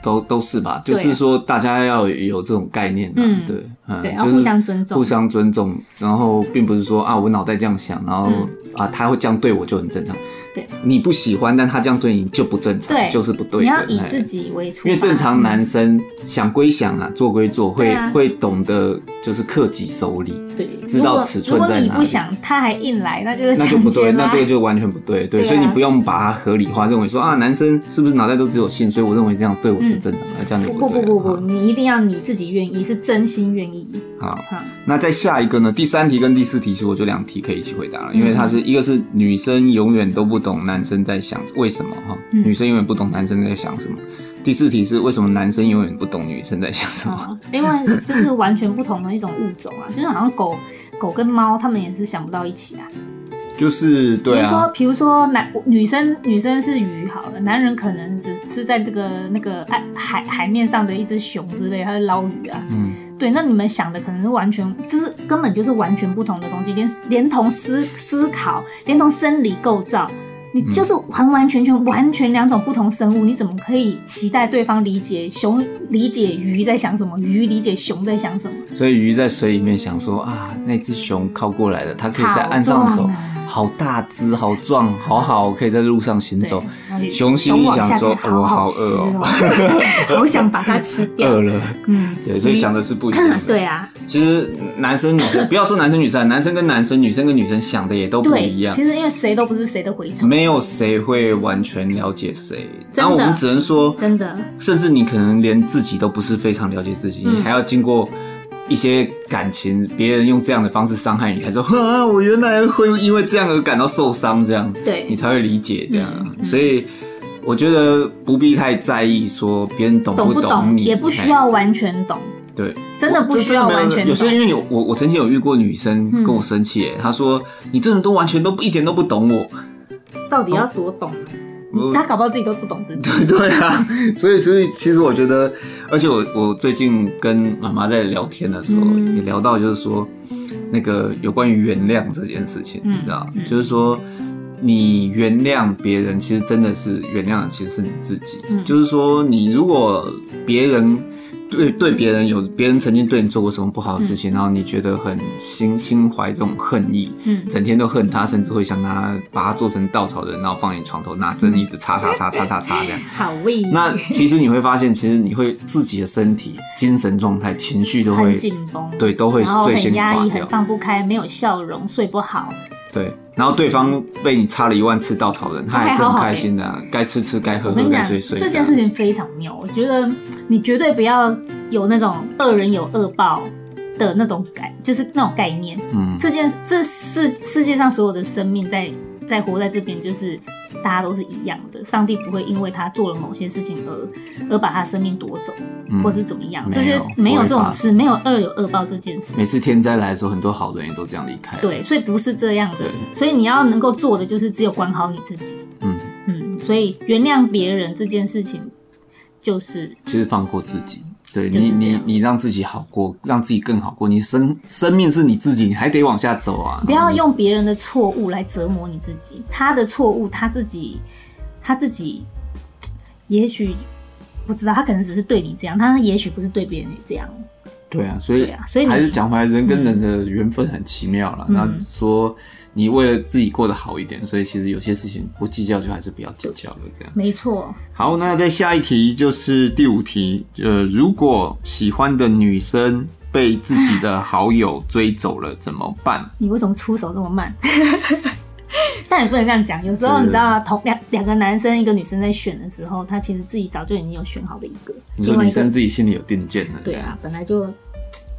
Speaker 2: 都都是吧，就
Speaker 1: 对啊
Speaker 2: 是说大家要有这种概念、啊，
Speaker 1: 嗯
Speaker 2: 对，嗯，
Speaker 1: 对，
Speaker 2: 就
Speaker 1: 要
Speaker 2: 是
Speaker 1: 互相尊重
Speaker 2: 互。相尊重，然后并不是说啊，我脑袋这样想，然后、
Speaker 1: 嗯
Speaker 2: 啊，他会这样对我就很正常，
Speaker 1: 对，
Speaker 2: 你不喜欢，但他这样对你就不正常，
Speaker 1: 对
Speaker 2: 就是不
Speaker 1: 你
Speaker 2: 对的，
Speaker 1: 要以
Speaker 2: 哎
Speaker 1: 自己为出发，
Speaker 2: 因为正常男生想归想啊，做归做，会、
Speaker 1: 对啊
Speaker 2: 会懂得就是克己守礼，
Speaker 1: 嗯对，
Speaker 2: 知道尺
Speaker 1: 如
Speaker 2: 寸
Speaker 1: 果如果
Speaker 2: 在哪
Speaker 1: 你不
Speaker 2: 里
Speaker 1: 想，他还硬来，那就是
Speaker 2: 那就
Speaker 1: 强
Speaker 2: 不对，
Speaker 1: 奸
Speaker 2: 那
Speaker 1: 啦
Speaker 2: 这个就完全不对，
Speaker 1: 对
Speaker 2: 对，
Speaker 1: 啊
Speaker 2: 所以你不用把它合理化，认为说啊，男生是不是脑袋都只有性，所以我认为这样对我是正常的，这样就
Speaker 1: 不不
Speaker 2: 对
Speaker 1: 不
Speaker 2: 了啊
Speaker 1: 不
Speaker 2: 哈
Speaker 1: 不，你一定要你自己愿意，是真心愿意。
Speaker 2: 好，
Speaker 1: 哈，
Speaker 2: 那再下一个呢？第三题跟第四题，其实我就两题可以一起回答了，因为它是一个是女生永远都不懂男生在想为什么哈，
Speaker 1: 嗯
Speaker 2: 女生永远不懂男生在想什么。第四题是为什么男生永远不懂女生在想什么？
Speaker 1: 啊，因为就是完全不同的一种物种啊，就是好像狗狗跟猫，它们也是想不到一起啊。
Speaker 2: 就是对啊，
Speaker 1: 比如说，比如说男女生女生是鱼好了，男人可能只是在这个那个哎海海面上的一只熊之类，他在捞鱼啊。
Speaker 2: 嗯，
Speaker 1: 对，那你们想的可能是完全，就是根本就是完全不同的东西，连连同思思考，连同生理构造，你
Speaker 2: 嗯
Speaker 1: 就是完完全全完全两种不同生物，你怎么可以期待对方理解熊理解鱼在想什么，鱼理解熊在想什么？
Speaker 2: 所以鱼在水里面想说啊，那只熊靠过来了，它可以在
Speaker 1: 好
Speaker 2: 岸上
Speaker 1: 壮
Speaker 2: 走
Speaker 1: 啊，
Speaker 2: 好大只，好壮，好好，可以在路上行
Speaker 1: 对
Speaker 2: 走。，
Speaker 1: 然后
Speaker 2: 熊心里
Speaker 1: 往
Speaker 2: 想
Speaker 1: 下
Speaker 2: 说
Speaker 1: 看
Speaker 2: 哦我
Speaker 1: 好
Speaker 2: 好饿哦
Speaker 1: 哦， 好想把它吃掉。
Speaker 2: 饿了，
Speaker 1: 嗯，
Speaker 2: 对，所以想的是不一样的。
Speaker 1: 对啊，
Speaker 2: 其实男生女生，不要说男生女生啊，男生跟男生、女生跟女生想的也都不
Speaker 1: 对
Speaker 2: 一，样
Speaker 1: 其，实因为谁都不是谁的蛔虫，
Speaker 2: 没有谁会完全了解谁。
Speaker 1: 真的
Speaker 2: 然后我们只能说，
Speaker 1: 真的，
Speaker 2: 甚至你可能连自己都不是非常了解自己，
Speaker 1: 嗯
Speaker 2: 你还要经过一些感情，别人用这样的方式伤害你，才说， 啊，我原来会因为这样而感到受伤，这样
Speaker 1: 对
Speaker 2: 你才会理解这样。
Speaker 1: 嗯
Speaker 2: 所以我觉得不必太在意说别人懂
Speaker 1: 懂不
Speaker 2: 懂
Speaker 1: 懂
Speaker 2: 你，
Speaker 1: 也不需要完全懂，
Speaker 2: 哎对。
Speaker 1: 真的不
Speaker 2: 这
Speaker 1: 需要
Speaker 2: 真的没
Speaker 1: 完全
Speaker 2: 有时候因
Speaker 1: 懂。
Speaker 2: 为有我，我曾经有遇过女生
Speaker 1: 嗯
Speaker 2: 跟我生气、哎她说：“你真的都完全都不一点都不懂我。
Speaker 1: 到底要多懂？
Speaker 2: 我
Speaker 1: 他搞不好自己都不懂自己。
Speaker 2: 对”对啊，所以所以其实我觉得，而且我我最近跟妈妈在聊天的时候，
Speaker 1: 嗯
Speaker 2: 也聊到就是说，那个有关于原谅这件事情，
Speaker 1: 嗯
Speaker 2: 你知道，
Speaker 1: 嗯
Speaker 2: 就是说。你原谅别人，其实真的是原谅的，其实是你自己。
Speaker 1: 嗯
Speaker 2: 就是说，你如果别人对对别人有别人曾经对你做过什么不好的事情，然后你觉得很心心怀这种恨意，
Speaker 1: 嗯，
Speaker 2: 整天都恨他，甚至会想他把他做成稻草人，然后放你床头，拿针一直插插插插插插 这样。
Speaker 1: 好味。
Speaker 2: 那其实你会发现，其实你会自己的身体、精神状态、情绪都
Speaker 1: 很
Speaker 2: 会
Speaker 1: 紧绷，
Speaker 2: 对，都会
Speaker 1: 然后
Speaker 2: 最先
Speaker 1: 很压
Speaker 2: 垮
Speaker 1: 抑，
Speaker 2: 掉
Speaker 1: 很。放不开，没有笑容，睡不好。
Speaker 2: 对，然后对方被你插了一万次稻草人，他还是很开心的啊、该吃吃，该喝
Speaker 1: 我
Speaker 2: 喝
Speaker 1: 跟，你
Speaker 2: 该
Speaker 1: 讲，
Speaker 2: 睡睡。
Speaker 1: 这件事情非常妙，我觉得你绝对不要有那种恶人有恶报的那种概，就是那种概念。
Speaker 2: 这样，嗯，
Speaker 1: 这件这世世界上所有的生命在在活在这边，就是大家都是一样的。上帝不会因为他做了某些事情而而把他生命夺走，
Speaker 2: 嗯
Speaker 1: 或是怎么样。
Speaker 2: 没
Speaker 1: 这
Speaker 2: 有
Speaker 1: 些没有这
Speaker 2: 不会
Speaker 1: 种
Speaker 2: 吧
Speaker 1: 事，没有恶有恶报这件事。
Speaker 2: 每次天灾来的时候，很多好人也都这样离开。，
Speaker 1: 对，所以不是这样的。所以你要能够做的就是只有管好你自己。
Speaker 2: 嗯，
Speaker 1: 嗯，所以原谅别人这件事情，就是
Speaker 2: 其实放过自己。对
Speaker 1: 就是
Speaker 2: 你，
Speaker 1: 这
Speaker 2: 你
Speaker 1: 样
Speaker 2: 你让自己好过，让自己更好过。你生生命是你自己，你还得往下走啊！
Speaker 1: 不要用别人的错误来折磨你自己。他的错误，他自己，他自己，也许不知道，他可能只是对你这样，他也许不是对别人也这样。
Speaker 2: 对啊，所以
Speaker 1: 对啊所以你
Speaker 2: 还是讲回来，人跟人的缘分很奇妙啦。
Speaker 1: 嗯
Speaker 2: 那说你为了自己过得好一点，所以其实有些事情不计较就还是不要计较了。这样
Speaker 1: 没错，
Speaker 2: 好，那在下一题就是第五题，呃，如果喜欢的女生被自己的好友追走了怎么办？
Speaker 1: 你为什么出手这么慢？ 但也不能这样讲，有时候你知道，同两两个男生一个女生在选的时候，他其实自己早就已经有选好的一个，
Speaker 2: 你说
Speaker 1: 另外
Speaker 2: 女
Speaker 1: 一个
Speaker 2: 生自己心里有定见了，
Speaker 1: 对啊，本来就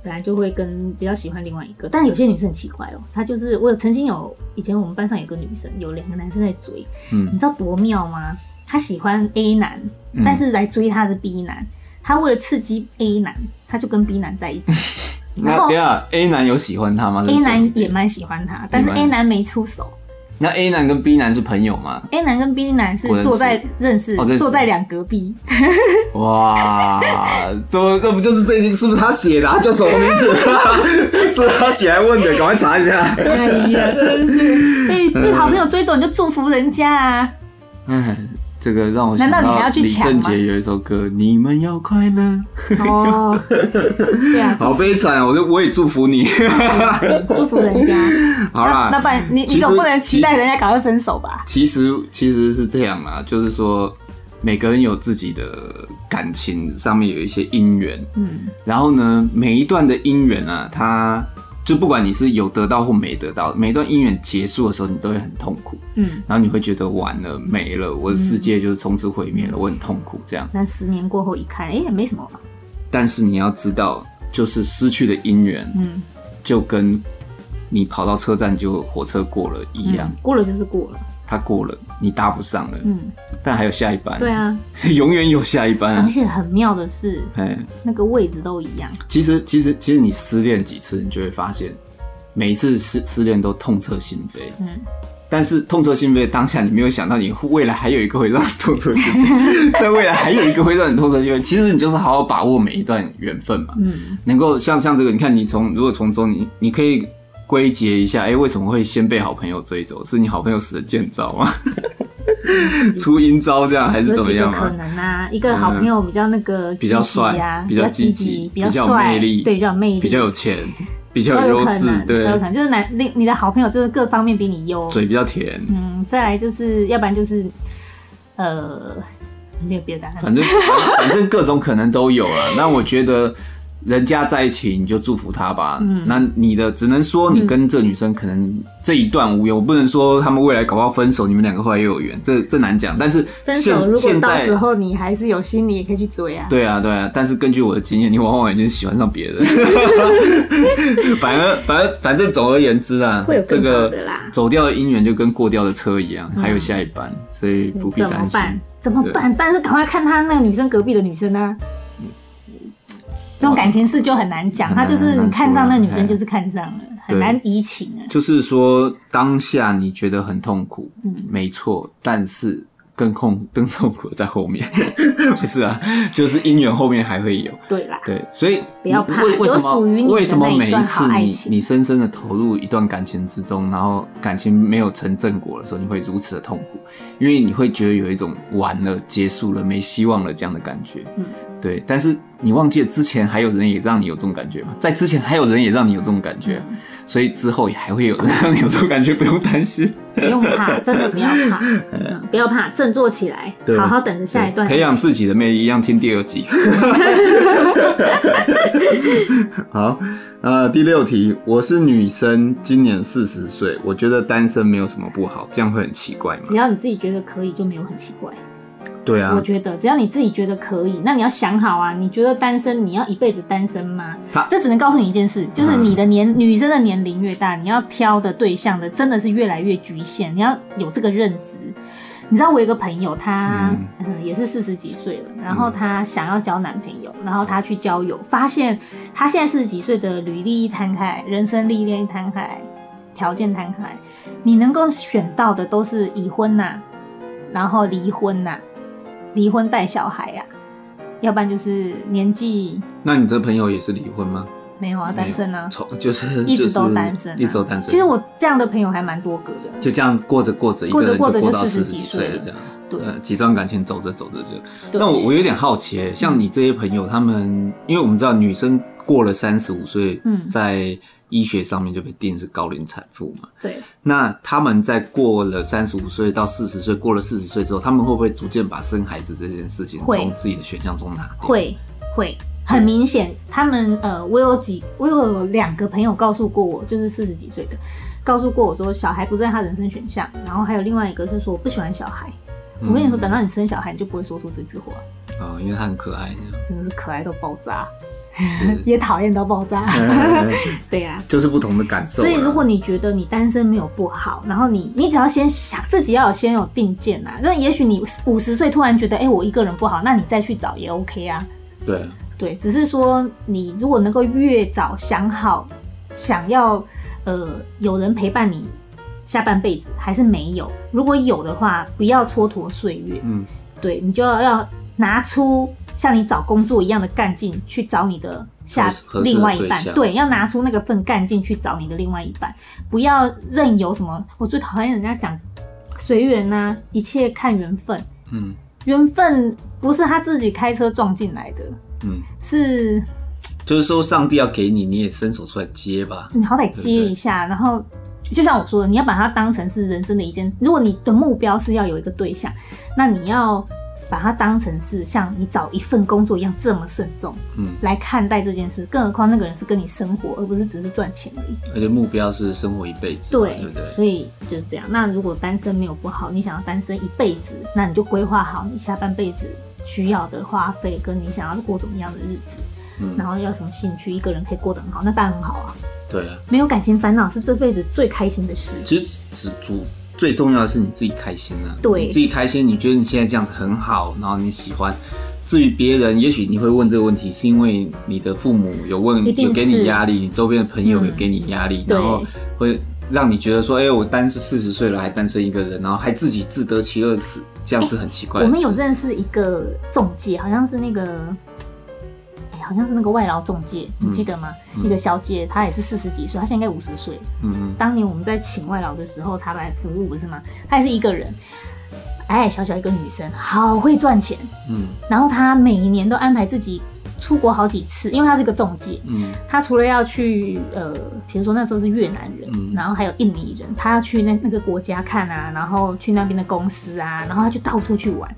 Speaker 1: 本来就会跟比较喜欢另外一个，但有些女生很奇怪哦，她就是我有曾经有以前我们班上有个女生，有两个男生在追，
Speaker 2: 嗯
Speaker 1: 你知道多妙吗？她喜欢 A 男，
Speaker 2: 嗯
Speaker 1: 但是来追她的是 B 男，她为了刺激 A 男，她就跟 B 男在一 起
Speaker 2: 那
Speaker 1: 然后
Speaker 2: 等一下 A 男有喜欢她吗
Speaker 1: ，A 男也
Speaker 2: 也
Speaker 1: 蛮喜欢她，但是
Speaker 2: 也蛮
Speaker 1: A 男没出手
Speaker 2: 那 A 男跟 B 男是朋友吗？
Speaker 1: ，A 男跟 B 男是
Speaker 2: 不认识
Speaker 1: 坐在认识
Speaker 2: 哦认识
Speaker 1: 坐在两隔 壁，
Speaker 2: 哇，这这不就是这一题是不是他写的、啊？他叫什么名字？ 是他写来问的，赶快查一下。
Speaker 1: 哎呀，真的是被哎被好朋友追走，你就祝福人家 啊。
Speaker 2: 哎，这个让我想
Speaker 1: 难道你还
Speaker 2: 到
Speaker 1: 要去
Speaker 2: 李
Speaker 1: 抢
Speaker 2: 圣
Speaker 1: 吗
Speaker 2: 杰有一首歌《你们要快乐》，
Speaker 1: 哦，对啊，
Speaker 2: 好悲惨啊！我就我也祝福你。
Speaker 1: 祝福人家。
Speaker 2: 好啦，
Speaker 1: 那不然你
Speaker 2: 其
Speaker 1: 你总
Speaker 2: 实
Speaker 1: 不能期待人家赶快分手吧？
Speaker 2: 其实其实是这样啦，就是说每个人有自己的感情上面有一些因缘，
Speaker 1: 嗯，
Speaker 2: 然后呢，每一段的姻缘啊，它就不管你是有得到或没得到，每一段姻缘结束的时候，你都会很痛苦，
Speaker 1: 嗯，
Speaker 2: 然后你会觉得完了，没了，我的世界就是从此毁灭了，我很痛苦这样。
Speaker 1: 但十年过后一看，哎、也没什么嘛。
Speaker 2: 但是你要知道，就是失去的姻缘，
Speaker 1: 嗯，
Speaker 2: 就跟你跑到车站就火车过了一样，
Speaker 1: 过了就是过了。
Speaker 2: 它过了，你搭不上了，
Speaker 1: 嗯，
Speaker 2: 但还有下一班，
Speaker 1: 对嗯啊，
Speaker 2: 永远有下一班
Speaker 1: 而
Speaker 2: 啊。
Speaker 1: 且很妙的是，
Speaker 2: 哎，
Speaker 1: 那个位置都一样。
Speaker 2: 其实其实其实你失恋几次，你就会发现，每一次失失恋都痛彻心扉。
Speaker 1: 嗯，
Speaker 2: 但是痛彻心扉的当下，你没有想到你未来还有一个会让你痛彻心扉， 在未来还有一个会让你痛彻心扉。其实你就是好好把握每一段缘分嘛，
Speaker 1: 嗯，
Speaker 2: 能够像像这个，你看你从如果从中你你可以归结一下，哎、为什么会先被好朋友追走？是你好朋友死的见 招吗？出阴招这样还是
Speaker 1: 有
Speaker 2: 怎么
Speaker 1: 几个
Speaker 2: 样
Speaker 1: 可
Speaker 2: 啊？
Speaker 1: 能啊，一个好朋友比较那个积极
Speaker 2: 较帅
Speaker 1: 啊，
Speaker 2: 比
Speaker 1: 比
Speaker 2: 较
Speaker 1: 较
Speaker 2: 积
Speaker 1: 积
Speaker 2: 极
Speaker 1: 极，
Speaker 2: 比较有
Speaker 1: 帅，
Speaker 2: 魅力
Speaker 1: 对，比较有魅力，
Speaker 2: 比较有钱，比较
Speaker 1: 都
Speaker 2: 有
Speaker 1: 有
Speaker 2: 优
Speaker 1: 可
Speaker 2: 势，
Speaker 1: 能，都有
Speaker 2: 对
Speaker 1: 可，能，就是男你你的好朋友就是各方面比你优，
Speaker 2: 嘴比较甜，
Speaker 1: 嗯，再来就是要不然就是呃没有别的答啊案，
Speaker 2: 反正 反正各种可能都有了。那我觉得人家在一起，你就祝福他吧。
Speaker 1: 嗯
Speaker 2: 那你的只能说你跟这女生可能这一段无缘，我不能说他们未来搞不好分手，你们两个后来又有缘，这这难讲。但是
Speaker 1: 分
Speaker 2: 现
Speaker 1: 手如果
Speaker 2: 现
Speaker 1: 到
Speaker 2: 在
Speaker 1: 时候你还是有心，你也可以去追啊。
Speaker 2: 对啊，对啊，但是根据我的经验，你往往已经喜欢上别人。 反而，反而，反正总而言之啊
Speaker 1: 会有，
Speaker 2: 这
Speaker 1: 更好
Speaker 2: 个
Speaker 1: 的啦嗯
Speaker 2: 走掉的姻缘就跟过掉的车一样，还有下一班，所以不必
Speaker 1: 怎么
Speaker 2: 担心。
Speaker 1: 办？怎么办？但是赶快看他那个女生隔壁的女生啊。这种感情事就很难讲，
Speaker 2: 很
Speaker 1: 他
Speaker 2: 难
Speaker 1: 就是
Speaker 2: 很难
Speaker 1: 你看上那
Speaker 2: 说啊
Speaker 1: 女生就是看上了，很难移情啊。
Speaker 2: 就是说，当下你觉得很痛苦，
Speaker 1: 嗯
Speaker 2: 没错，但是更痛更痛苦在后面， 不是啊，就是姻缘后面还会有，
Speaker 1: 对啦，
Speaker 2: 对，所以
Speaker 1: 不要怕
Speaker 2: 为为什
Speaker 1: 有属于你
Speaker 2: 么
Speaker 1: 的
Speaker 2: 为什么
Speaker 1: 那一
Speaker 2: 每
Speaker 1: 段
Speaker 2: 次
Speaker 1: 好爱
Speaker 2: 你
Speaker 1: 情
Speaker 2: 你深深的投入一段感情之中，然后感情没有成正果的时候，你会如此的痛苦，因为你会觉得有一种完了、结束了、没希望了这样的感觉，
Speaker 1: 嗯，
Speaker 2: 对。但是你忘记了之前还有人也让你有这种感觉吗？在之前还有人也让你有这种感觉啊，
Speaker 1: 嗯
Speaker 2: 所以之后也还会有人让你有这种感觉，不用担心。
Speaker 1: 不用怕，真的不要 怕，嗯不要怕，振作起来
Speaker 2: 对，
Speaker 1: 好好等着下一段
Speaker 2: 培养
Speaker 1: 爱情。
Speaker 2: 自己的魅力，一样听第二 集。好，呃，第六题，我是女生，今年四十岁，我觉得单身没有什么不好，这样会很奇怪吗
Speaker 1: 只？要你自己觉得可以，就没有很奇怪。
Speaker 2: 对
Speaker 1: 我
Speaker 2: 啊，
Speaker 1: 觉得只要你自己觉得可以，那你要想好啊，你觉得单身，你要一辈子单身吗
Speaker 2: 他？
Speaker 1: 这只能告诉你一件事，就是你的年、女生的年龄越大，你要挑的对象的真的是越来越局限，你要有这个认知。你知道我有一个朋友，她嗯、也是四十几岁了，然后她想要交男朋友，然后她去交友，发现她现在四十几岁的履历一摊开，人生历练一摊开，条件摊开，你能够选到的都是已婚呐、然后离婚呐、离婚带小孩呀、要不然就是年纪
Speaker 2: 那你这朋友也是离婚吗？
Speaker 1: 没有啊，单身啊，
Speaker 2: 从就是
Speaker 1: 一直都单身啊、
Speaker 2: 就是一直都单身。
Speaker 1: 其实我这样的朋友还蛮多个的，
Speaker 2: 就这样过着过着，一个
Speaker 1: 过着
Speaker 2: 人
Speaker 1: 过着
Speaker 2: 过
Speaker 1: 就
Speaker 2: 到
Speaker 1: 40
Speaker 2: 四
Speaker 1: 几
Speaker 2: 几
Speaker 1: 岁
Speaker 2: 了，
Speaker 1: 了
Speaker 2: 这样。
Speaker 1: 对
Speaker 2: 呃，几段感情走着走着就
Speaker 1: 对嗯
Speaker 2: 那我我有点好奇耶，像你这些朋友，他们因为我们知道女生过了三十五岁，
Speaker 1: 嗯
Speaker 2: 在医学上面就被定是高龄产妇嘛。
Speaker 1: 对，
Speaker 2: 那他们在过了三十五岁到四十岁，过了四十岁之后，他们会不会逐渐把生孩子这件事情
Speaker 1: 会
Speaker 2: 从自己的选项中拿掉？，
Speaker 1: 会会很明显，他们呃，我有几我有两个朋友告诉过我，就是四十几岁的，告诉过我说小孩不是他人生选项，然后还有另外一个是说我不喜欢小孩。我跟你说，等到你生小孩，你就不会说出这句话，
Speaker 2: 啊、嗯因为他很可爱，这
Speaker 1: 真的是可爱到爆炸，
Speaker 2: 样是
Speaker 1: 也讨厌到爆炸。
Speaker 2: 呃，
Speaker 1: 对呀、啊，
Speaker 2: 就是不同的感受
Speaker 1: 所
Speaker 2: 啦。啊
Speaker 1: 以，如果你觉得你单身没有不好，然后你你只要先想自己要有先有定见啊，那也许你五十岁突然觉得，哎、我一个人不好，那你再去找也 OK 啊。
Speaker 2: 对，
Speaker 1: 对，只是说你如果能够越早想好，想要呃有人陪伴你下半辈子，还是没有？如果有的话，不要蹉跎岁月。
Speaker 2: 嗯，
Speaker 1: 对你就要要拿出像你找工作一样的干劲去找你的下
Speaker 2: 合适合适的
Speaker 1: 另外一半
Speaker 2: 对，象
Speaker 1: 对，要拿出那个份干劲去找你的另外一半，不要任由什么。我最讨厌人家讲随缘呐，一切看缘分，
Speaker 2: 嗯
Speaker 1: 缘分不是他自己开车撞进来的，
Speaker 2: 嗯，
Speaker 1: 是
Speaker 2: 就是说上帝要给你，你也伸手出来接吧。
Speaker 1: 你好歹接一下，然后就就像我说的，你要把它当成是人生的一件。如果你的目标是要有一个对象，那你要把它当成是像你找一份工作一样这么慎重，
Speaker 2: 嗯
Speaker 1: 来看待这件事。更何况那个人是跟你生活，而不是只是赚钱而已。
Speaker 2: 而且目标是生活一辈子嘛，
Speaker 1: 对，
Speaker 2: 对不对？
Speaker 1: 所以就是这样。那如果单身没有不好，你想要单身一辈子，那你就规划好你下半辈子需要的花费，跟你想要过怎么样的日子，
Speaker 2: 嗯
Speaker 1: 然后要什么兴趣，一个人可以过得很好，那当然很好啊。
Speaker 2: 对啊，
Speaker 1: 没有感情烦恼是这辈子最开心的事。
Speaker 2: 其实只主最重要的是你自己开心啊，
Speaker 1: 对
Speaker 2: 你自己开心，你觉得你现在这样子很好，然后你喜欢。至于别人，也许你会问这个问题，是因为你的父母有问
Speaker 1: 一，定
Speaker 2: 有给你
Speaker 1: 是
Speaker 2: 压力，你周边的朋友
Speaker 1: 嗯
Speaker 2: 有给你压力，
Speaker 1: 对
Speaker 2: 然后会让你觉得说，哎、我单是四十岁了还单身一个人，然后还自己自得其乐死，这样是很奇怪的
Speaker 1: 哎我
Speaker 2: 事。
Speaker 1: 们有认识一个中介，好像是那个，哎，好像是那个外劳中介，你记得吗？一个小姐，她也是四十几岁，她现在应该五十岁。
Speaker 2: 嗯嗯
Speaker 1: 当年我们在请外劳的时候，她来服务不是吗？她也是一个人，哎，小小一个女生，好会赚钱。
Speaker 2: 嗯
Speaker 1: 然后她每一年都安排自己出国好几次，因为她是个中介。
Speaker 2: 嗯
Speaker 1: 她除了要去呃，比如说那时候是越南人，
Speaker 2: 嗯
Speaker 1: 然后还有印尼人，她要去那那个国家看啊，然后去那边的公司啊，
Speaker 2: 嗯
Speaker 1: 然后她就到处去玩。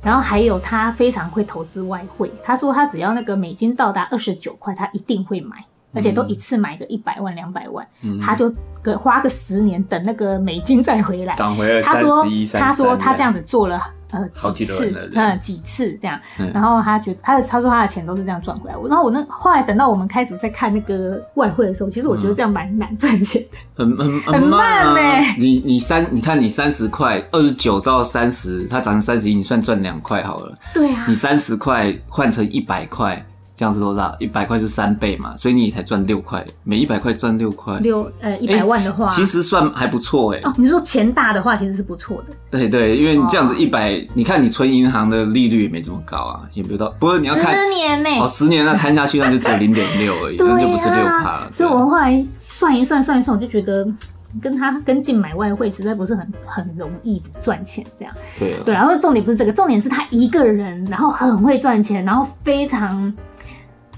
Speaker 1: 然后还有她非常会投资外汇，她说她只要那个美金到达二十九块，她一定会买，而且都一次买个一百万两百万，
Speaker 2: 嗯，
Speaker 1: 她就个花个十年等那个美金再回来。
Speaker 2: 长回了
Speaker 1: 他说
Speaker 2: 31 33
Speaker 1: 他说他
Speaker 2: 了
Speaker 1: 这样子做了呃
Speaker 2: 好
Speaker 1: 几
Speaker 2: 几
Speaker 1: 次
Speaker 2: 轮了，对
Speaker 1: 嗯几次这样
Speaker 2: 嗯，
Speaker 1: 然后他觉得他的他说他的钱都是这样赚回来。我然后我那后来等到我们开始在看那个外汇的时候，其实我
Speaker 2: 嗯
Speaker 1: 觉得这样蛮难赚钱 的。
Speaker 2: 很很
Speaker 1: 很
Speaker 2: 慢
Speaker 1: 慢
Speaker 2: 啊
Speaker 1: 欸
Speaker 2: 你你三，你看你三十块，二十九到三十，它涨成三十一，你算赚两块好了。
Speaker 1: 对啊
Speaker 2: 你，三十块换成一百块，这样是多少？一百块是三倍嘛，所以你才赚六块，每一百块赚六块，
Speaker 1: 六呃一百万的话，
Speaker 2: 其实算还不错哎、
Speaker 1: 哦，你说钱大的话其实是不错的。
Speaker 2: 对对，因为你这样
Speaker 1: 哦
Speaker 2: 子一百，你看你存银行的利率也没这么高啊，也没有到。不过你要看
Speaker 1: 十年呢、啊
Speaker 2: 哦，十年那摊下去那就只有零点六而已，那就不是六趴了。啊
Speaker 1: 所以我后来算一算算一算，我就觉得。嗯跟他跟进买外汇实在不是很很容易赚钱这样，
Speaker 2: 对啊
Speaker 1: 对，然后重点不是这个，重点是他一个人，然后很会赚钱，然后非常，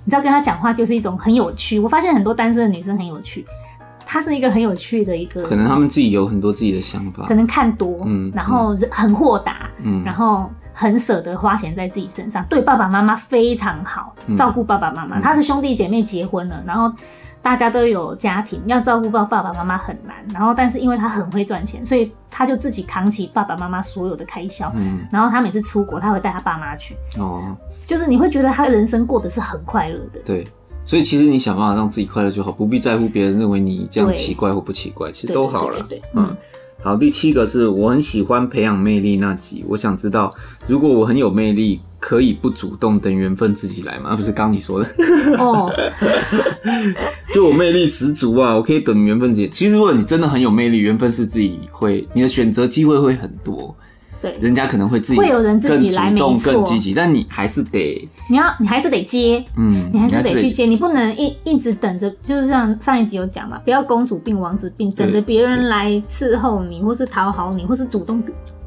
Speaker 1: 你知道跟他讲话就是一种很有趣。我发现很多单身的女生很有趣，她是一个很有趣的一个，
Speaker 2: 可能他们自己有很多自己的想法
Speaker 1: 可。能看多，
Speaker 2: 嗯
Speaker 1: 然后人很豁达，
Speaker 2: 嗯
Speaker 1: 然后很舍得花钱在自己身上，对爸爸妈妈非常好，
Speaker 2: 嗯
Speaker 1: 照顾爸爸妈妈。
Speaker 2: 嗯
Speaker 1: 他的兄弟姐妹结婚了，然后大家都有家庭，要照顾到爸爸妈妈很难。然后，但是因为他很会赚钱，所以他就自己扛起爸爸妈妈所有的开销。
Speaker 2: 嗯
Speaker 1: 然后他每次出国，他会带他爸妈去，
Speaker 2: 哦，
Speaker 1: 就是你会觉得他人生过得是很快乐的。
Speaker 2: 对，所以其实你想办法让自己快乐就好，不必在乎别人认为你这样
Speaker 1: 对
Speaker 2: 奇怪或不奇怪，其实
Speaker 1: 对
Speaker 2: 都好了。
Speaker 1: 对对对对
Speaker 2: 嗯，好，第七个是我很喜欢培养魅力那集，我想知道如果我很有魅力，可以不主动等缘分自己来吗？啊、不是刚 你说的，
Speaker 1: 嗯哦，
Speaker 2: 就我魅力十足啊，我可以等缘分自己。其实如果你真的很有魅力，缘分是自己会，你的选择机会会很多，
Speaker 1: 对，
Speaker 2: 人家可能会自己
Speaker 1: 会有人自己来
Speaker 2: 更主动、
Speaker 1: 没错
Speaker 2: 更积极，但你还是得，
Speaker 1: 你要你还是得接，
Speaker 2: 嗯，
Speaker 1: 你还是得去接，你不能一一直等着，就是像上一集有讲嘛，不要公主病、王子病，
Speaker 2: 对
Speaker 1: 等着别人来伺候你，或是讨好你，或是主动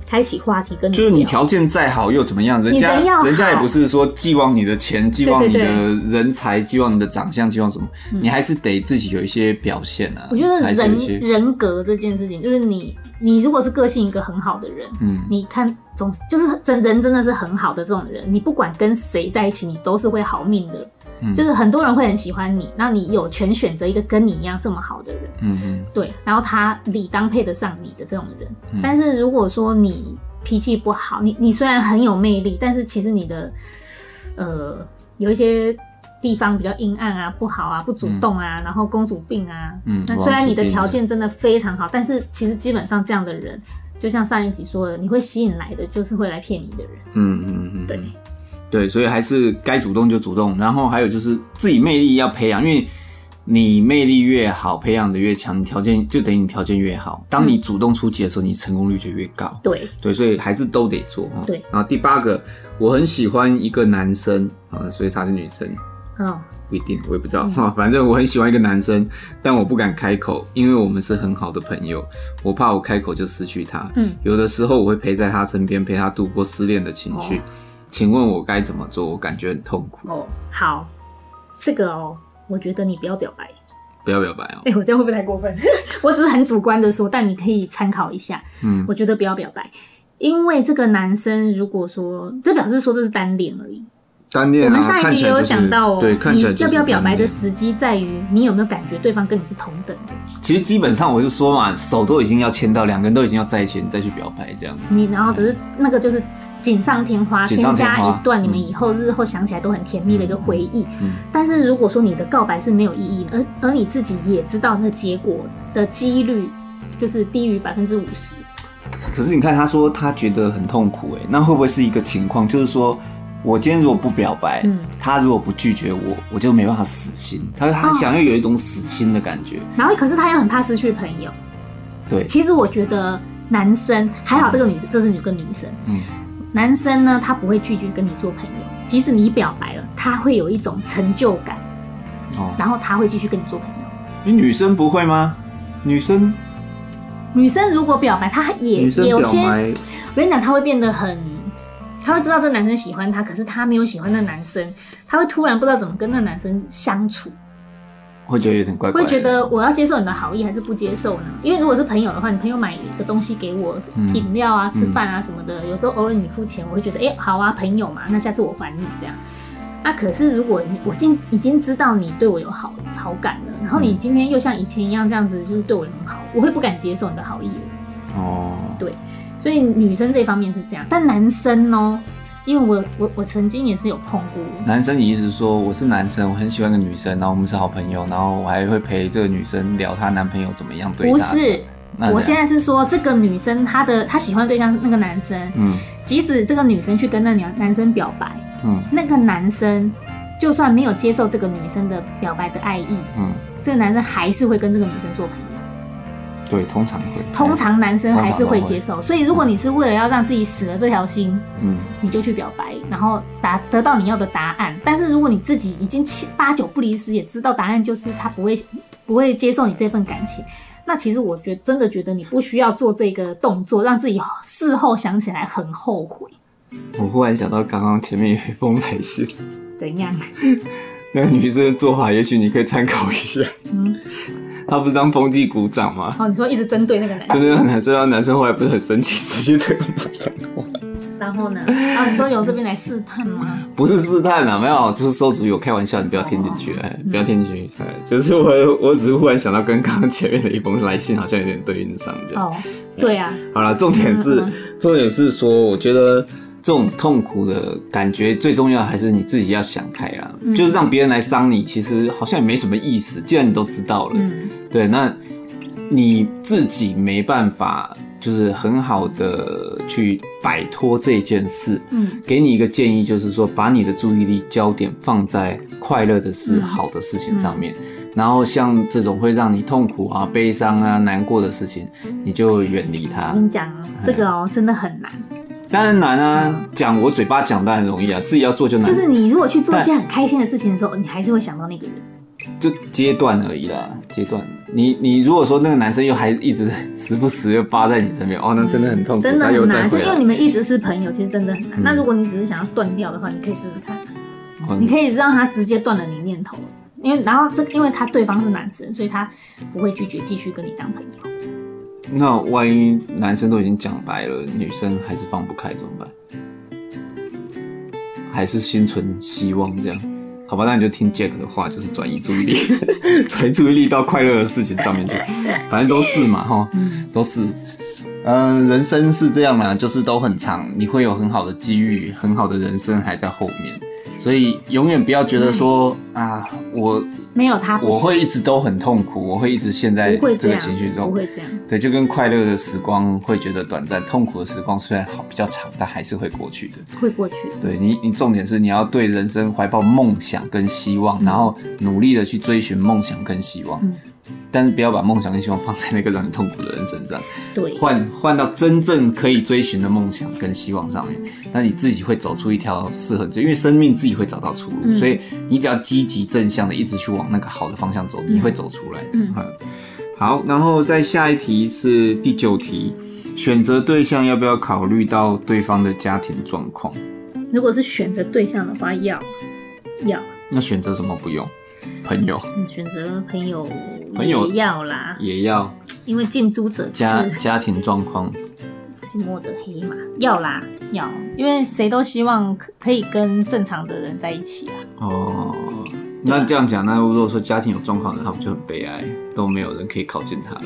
Speaker 1: 开启话题跟你
Speaker 2: 就是你
Speaker 1: 聊。
Speaker 2: 条件再好又怎么样？人家
Speaker 1: 人要好
Speaker 2: 人家也不是说寄望你的钱、寄望你的
Speaker 1: 对嗯
Speaker 2: 人才、寄望你的长相、寄望什么，你还是得自己有一些表现啊。
Speaker 1: 我觉得
Speaker 2: 还是有
Speaker 1: 人
Speaker 2: 一些
Speaker 1: 人格这件事情，就是你你如果是个性一个很好的人，
Speaker 2: 嗯
Speaker 1: 你看总是就是真人真的是很好的这种人，你不管跟谁在一起，你都是会好命的。
Speaker 2: 嗯
Speaker 1: 就是很多人会很喜欢你，那你有权选择一个跟你一样这么好的人。
Speaker 2: 嗯嗯
Speaker 1: 对，然后他理当配得上你的这种人。
Speaker 2: 嗯
Speaker 1: 但是如果说你脾气不好，你你虽然很有魅力，但是其实你的呃有一些地方比较阴暗啊、不好啊、不主动啊，然后公主病啊。
Speaker 2: 嗯
Speaker 1: 那
Speaker 2: 王
Speaker 1: 虽然你的
Speaker 2: 子病
Speaker 1: 条件真的非常好，但是其实基本上这样的人，就像上一集说的，你会吸引来的就是会来骗你的人。
Speaker 2: 嗯嗯嗯，
Speaker 1: 对
Speaker 2: 嗯对，所以还是该主动就主动，然后还有就是自己魅力要培养，因为你魅力越好，培养的越强，你条件就等于你条件越好。当你主动出击的时候，你成功率就越高。
Speaker 1: 对，
Speaker 2: 对，所以还是都得做哈。
Speaker 1: 对，
Speaker 2: 然后第八个，我很喜欢一个男生啊，所以他是女生，
Speaker 1: 嗯，
Speaker 2: 不一定，我也不知道哈、反正我很喜欢一个男生，但我不敢开口，因为我们是很好的朋友，我怕我开口就失去他。
Speaker 1: 嗯，
Speaker 2: 有的时候我会陪在他身边，陪他度过失恋的情绪。
Speaker 1: 哦
Speaker 2: 请问我该怎么做？我感觉很痛苦。
Speaker 1: 哦，好，这个哦，我觉得你不要表白。
Speaker 2: 不要表白哦。
Speaker 1: 哎、我这样会不会太过分？我只是很主观的说，但你可以参考一下。
Speaker 2: 嗯
Speaker 1: 我觉得不要表白，因为这个男生如果说，这表示说这是单恋而已。
Speaker 2: 单恋、
Speaker 1: 我
Speaker 2: 啊，
Speaker 1: 们上
Speaker 2: 看
Speaker 1: 一集
Speaker 2: 起
Speaker 1: 也
Speaker 2: 来
Speaker 1: 有
Speaker 2: 就是
Speaker 1: 讲到哦，
Speaker 2: 对，看起来
Speaker 1: 你
Speaker 2: 就是
Speaker 1: 要不要表白
Speaker 2: 单
Speaker 1: 的
Speaker 2: 恋
Speaker 1: 时机在于你有没有感觉对方跟你是同等的，
Speaker 2: 其实基本上我就说嘛，手都已经要牵到，两个人都已经要在一起，你再去表白这样。
Speaker 1: 你然后只是那个就是锦上添花，
Speaker 2: 锦
Speaker 1: 添
Speaker 2: 上添
Speaker 1: 加
Speaker 2: 花
Speaker 1: 一段你们以后日后想起来都很甜蜜的一个回忆。
Speaker 2: 嗯
Speaker 1: 但是如果说你的告白是没有意义的，而而你自己也知道那结果的几率就是低于百分之五十，
Speaker 2: 欸可是你看，他说他觉得很痛苦，哎，那会不会是一个情况，就是说我今天如果不表白，
Speaker 4: 嗯
Speaker 2: 他如果不拒绝我，我就没办法死心。他他
Speaker 1: 哦
Speaker 2: 想要有一种死心的感觉，
Speaker 1: 然后可是他又很怕失去朋友。
Speaker 2: 对，
Speaker 1: 其实我觉得男生还好，这个女生这是个女生，
Speaker 2: 嗯，
Speaker 1: 男生呢他不会拒绝跟你做朋友，即使你表白了，他会有一种成就感，
Speaker 2: 哦，
Speaker 1: 然后他会继续跟你做朋友。
Speaker 2: 你女生不会吗？女生
Speaker 1: 女生如果表白，她也
Speaker 2: 女生
Speaker 1: 有
Speaker 2: 表
Speaker 1: 些，
Speaker 2: 白
Speaker 1: 我跟你讲，她会变得很，她会知道这男生喜欢她，可是她没有喜欢那男生，她会突然不知道怎么跟那男生相处，
Speaker 2: 会觉得有点怪怪
Speaker 1: 会
Speaker 2: 的，
Speaker 1: 觉得我要接受你的好意还是不接受呢？因为如果是朋友的话，你朋友买一个东西给我，
Speaker 2: 嗯
Speaker 1: 饮料啊、吃饭啊什么的，有时候偶尔你付钱，我会觉得哎、好啊，朋友嘛，那下次我还你这样。啊，可是如果你我今已经知道你对我有好好感了，然后你
Speaker 2: 嗯
Speaker 1: 今天又像以前一样这样子，就是对我很好，我会不敢接受你的好意了。
Speaker 2: 哦，
Speaker 1: 所以女生这方面是这样，但男生哦，因为我我我曾经也是有碰过，
Speaker 2: 男生，你意思是说我是男生，我很喜欢一个女生，然后我们是好朋友，然后我还会陪这个女生聊她男朋友怎么样对她。
Speaker 1: 不，是，
Speaker 2: 那
Speaker 1: 我
Speaker 2: 怎
Speaker 1: 现
Speaker 2: 样
Speaker 1: 在是说这个女生她的她喜欢的对象是那个男生，
Speaker 2: 嗯
Speaker 1: 即使这个女生去跟那男男生表白，
Speaker 2: 嗯
Speaker 1: 那个男生就算没有接受这个女生的表白的爱意，
Speaker 2: 嗯，
Speaker 1: 这个男生还是会跟这个女生做朋友。
Speaker 2: 对，通常会，
Speaker 1: 通常男生还是会
Speaker 2: 通常都会
Speaker 1: 接受，所以如果你是为了要让自己死了这条心，
Speaker 2: 嗯
Speaker 1: 你就去表白，然后答得到你要的答案。但是如果你自己已经七八九不离十，也知道答案就是他不会不会接受你这份感情，那其实我觉真的觉得你不需要做这个动作，让自己事后想起来很后悔。
Speaker 2: 我忽然想到刚刚前面有一封来信，
Speaker 1: 怎样？
Speaker 2: 那个女生的做法，也许你可以参考一下。
Speaker 1: 嗯
Speaker 2: 她不是当风纪股长吗？
Speaker 1: 哦，你说一直针对那个男
Speaker 2: 就
Speaker 1: 生，
Speaker 2: 是那个男生，然后男生后来不是很生气， 直接对他骂脏话，
Speaker 1: 然后呢？啊，你说由这边来试探吗？
Speaker 2: 不是试探啊，没有，就是馊主意，我开玩笑，你不要听进去，哎，不要听进去，哎，就是我，我只是忽然想到跟刚刚前面的一封来信好像有点对应上这样。
Speaker 1: 哦，对啊，
Speaker 2: 好了，重点是
Speaker 1: 嗯嗯，
Speaker 2: 重点是说，我觉得这种痛苦的感觉最重要还是你自己要想开啦。
Speaker 1: 嗯
Speaker 2: 就是让别人来伤你，其实好像也没什么意思。既然你都知道了，
Speaker 1: 嗯
Speaker 2: 对，那你自己没办法，就是很好的去摆脱这件事。
Speaker 1: 嗯
Speaker 2: 给你一个建议，就是说把你的注意力焦点放在快乐的
Speaker 1: 嗯
Speaker 2: 事、好的事情上面，然后像这种会让你痛苦啊、悲伤啊、难过的事情，你就远离它
Speaker 1: 我。跟你讲，这个哦真的很难，
Speaker 2: 当然难啊，讲我嘴巴讲当然容易啊，自己要做就难，
Speaker 1: 嗯就是你如果去做一些很开心的事情的时候，你还是会想到那个人。
Speaker 2: 这阶段而已啦，阶段。你你如果说那个男生又还一直时不时又扒在你身边，哦，那真的很痛苦，
Speaker 1: 真的
Speaker 2: 他又
Speaker 1: 很
Speaker 2: 再
Speaker 1: 难，就
Speaker 2: 回
Speaker 1: 因为
Speaker 2: 来
Speaker 1: 你。们一直是朋友，其实真的很难。
Speaker 2: 嗯
Speaker 1: 那如果你只是想要断掉的话，你可以试试看，
Speaker 2: 哦
Speaker 1: 你可以让他直接断了你念头，因为然后这因为他对方是男生，所以他不会拒绝继续跟你当朋友。
Speaker 2: 那万一男生都已经讲白了，女生还是放不开怎么办？还是心存希望这样？好吧，那你就听 Jack 的话，就是转移注意力， 转移注意力到快乐的事情上面去，反正都是嘛，哈，都是。嗯、人生是这样啦，就是都很长，你会有很好的机遇，很好的人生还在后面，所以永远不要觉得说、啊，我
Speaker 1: 嗯没有他不
Speaker 2: 我
Speaker 1: 行，
Speaker 2: 会一直都很痛苦，我会一直陷在
Speaker 1: 不会
Speaker 2: 这
Speaker 1: 这
Speaker 2: 个
Speaker 1: 样，
Speaker 2: 情绪中
Speaker 1: 不，会这样。
Speaker 2: 对，就跟快乐的时光会觉得短暂，痛苦的时光虽然好比较长，但还是会过去的。
Speaker 1: 会过去，
Speaker 2: 对你，你重点是你要对人生怀抱梦想跟希望，然后努力的去追寻梦想跟希望，
Speaker 1: 嗯
Speaker 2: 但是不要把梦想跟希望放在那个让你痛苦的人身上，
Speaker 1: 对，
Speaker 2: 换换到真正可以追寻的梦想跟希望上面，那你自己会走出一条适合自己，因为生命自己会找到出路，
Speaker 1: 嗯
Speaker 2: 所以你只要积极正向的一直去往那个好的方向走，你会走出来的。
Speaker 1: 嗯
Speaker 2: 好，然后再下一题是第九题，选择对象要不要考虑到对方的家庭状况？
Speaker 1: 如果是选择对象的话，要要，
Speaker 2: 那选择什么不用？朋友
Speaker 1: 嗯选择朋友
Speaker 2: 朋友
Speaker 1: 也要啦，
Speaker 2: 也要
Speaker 1: 因为近朱者赤，
Speaker 2: 家家庭状况，
Speaker 1: 寂寞的黑马要啦要，因为谁都希望可可以跟正常的人在一起啊。
Speaker 2: 哦，那这样讲，那如果说家庭有状况的，他们就很悲哀，都没有人可以靠近他了。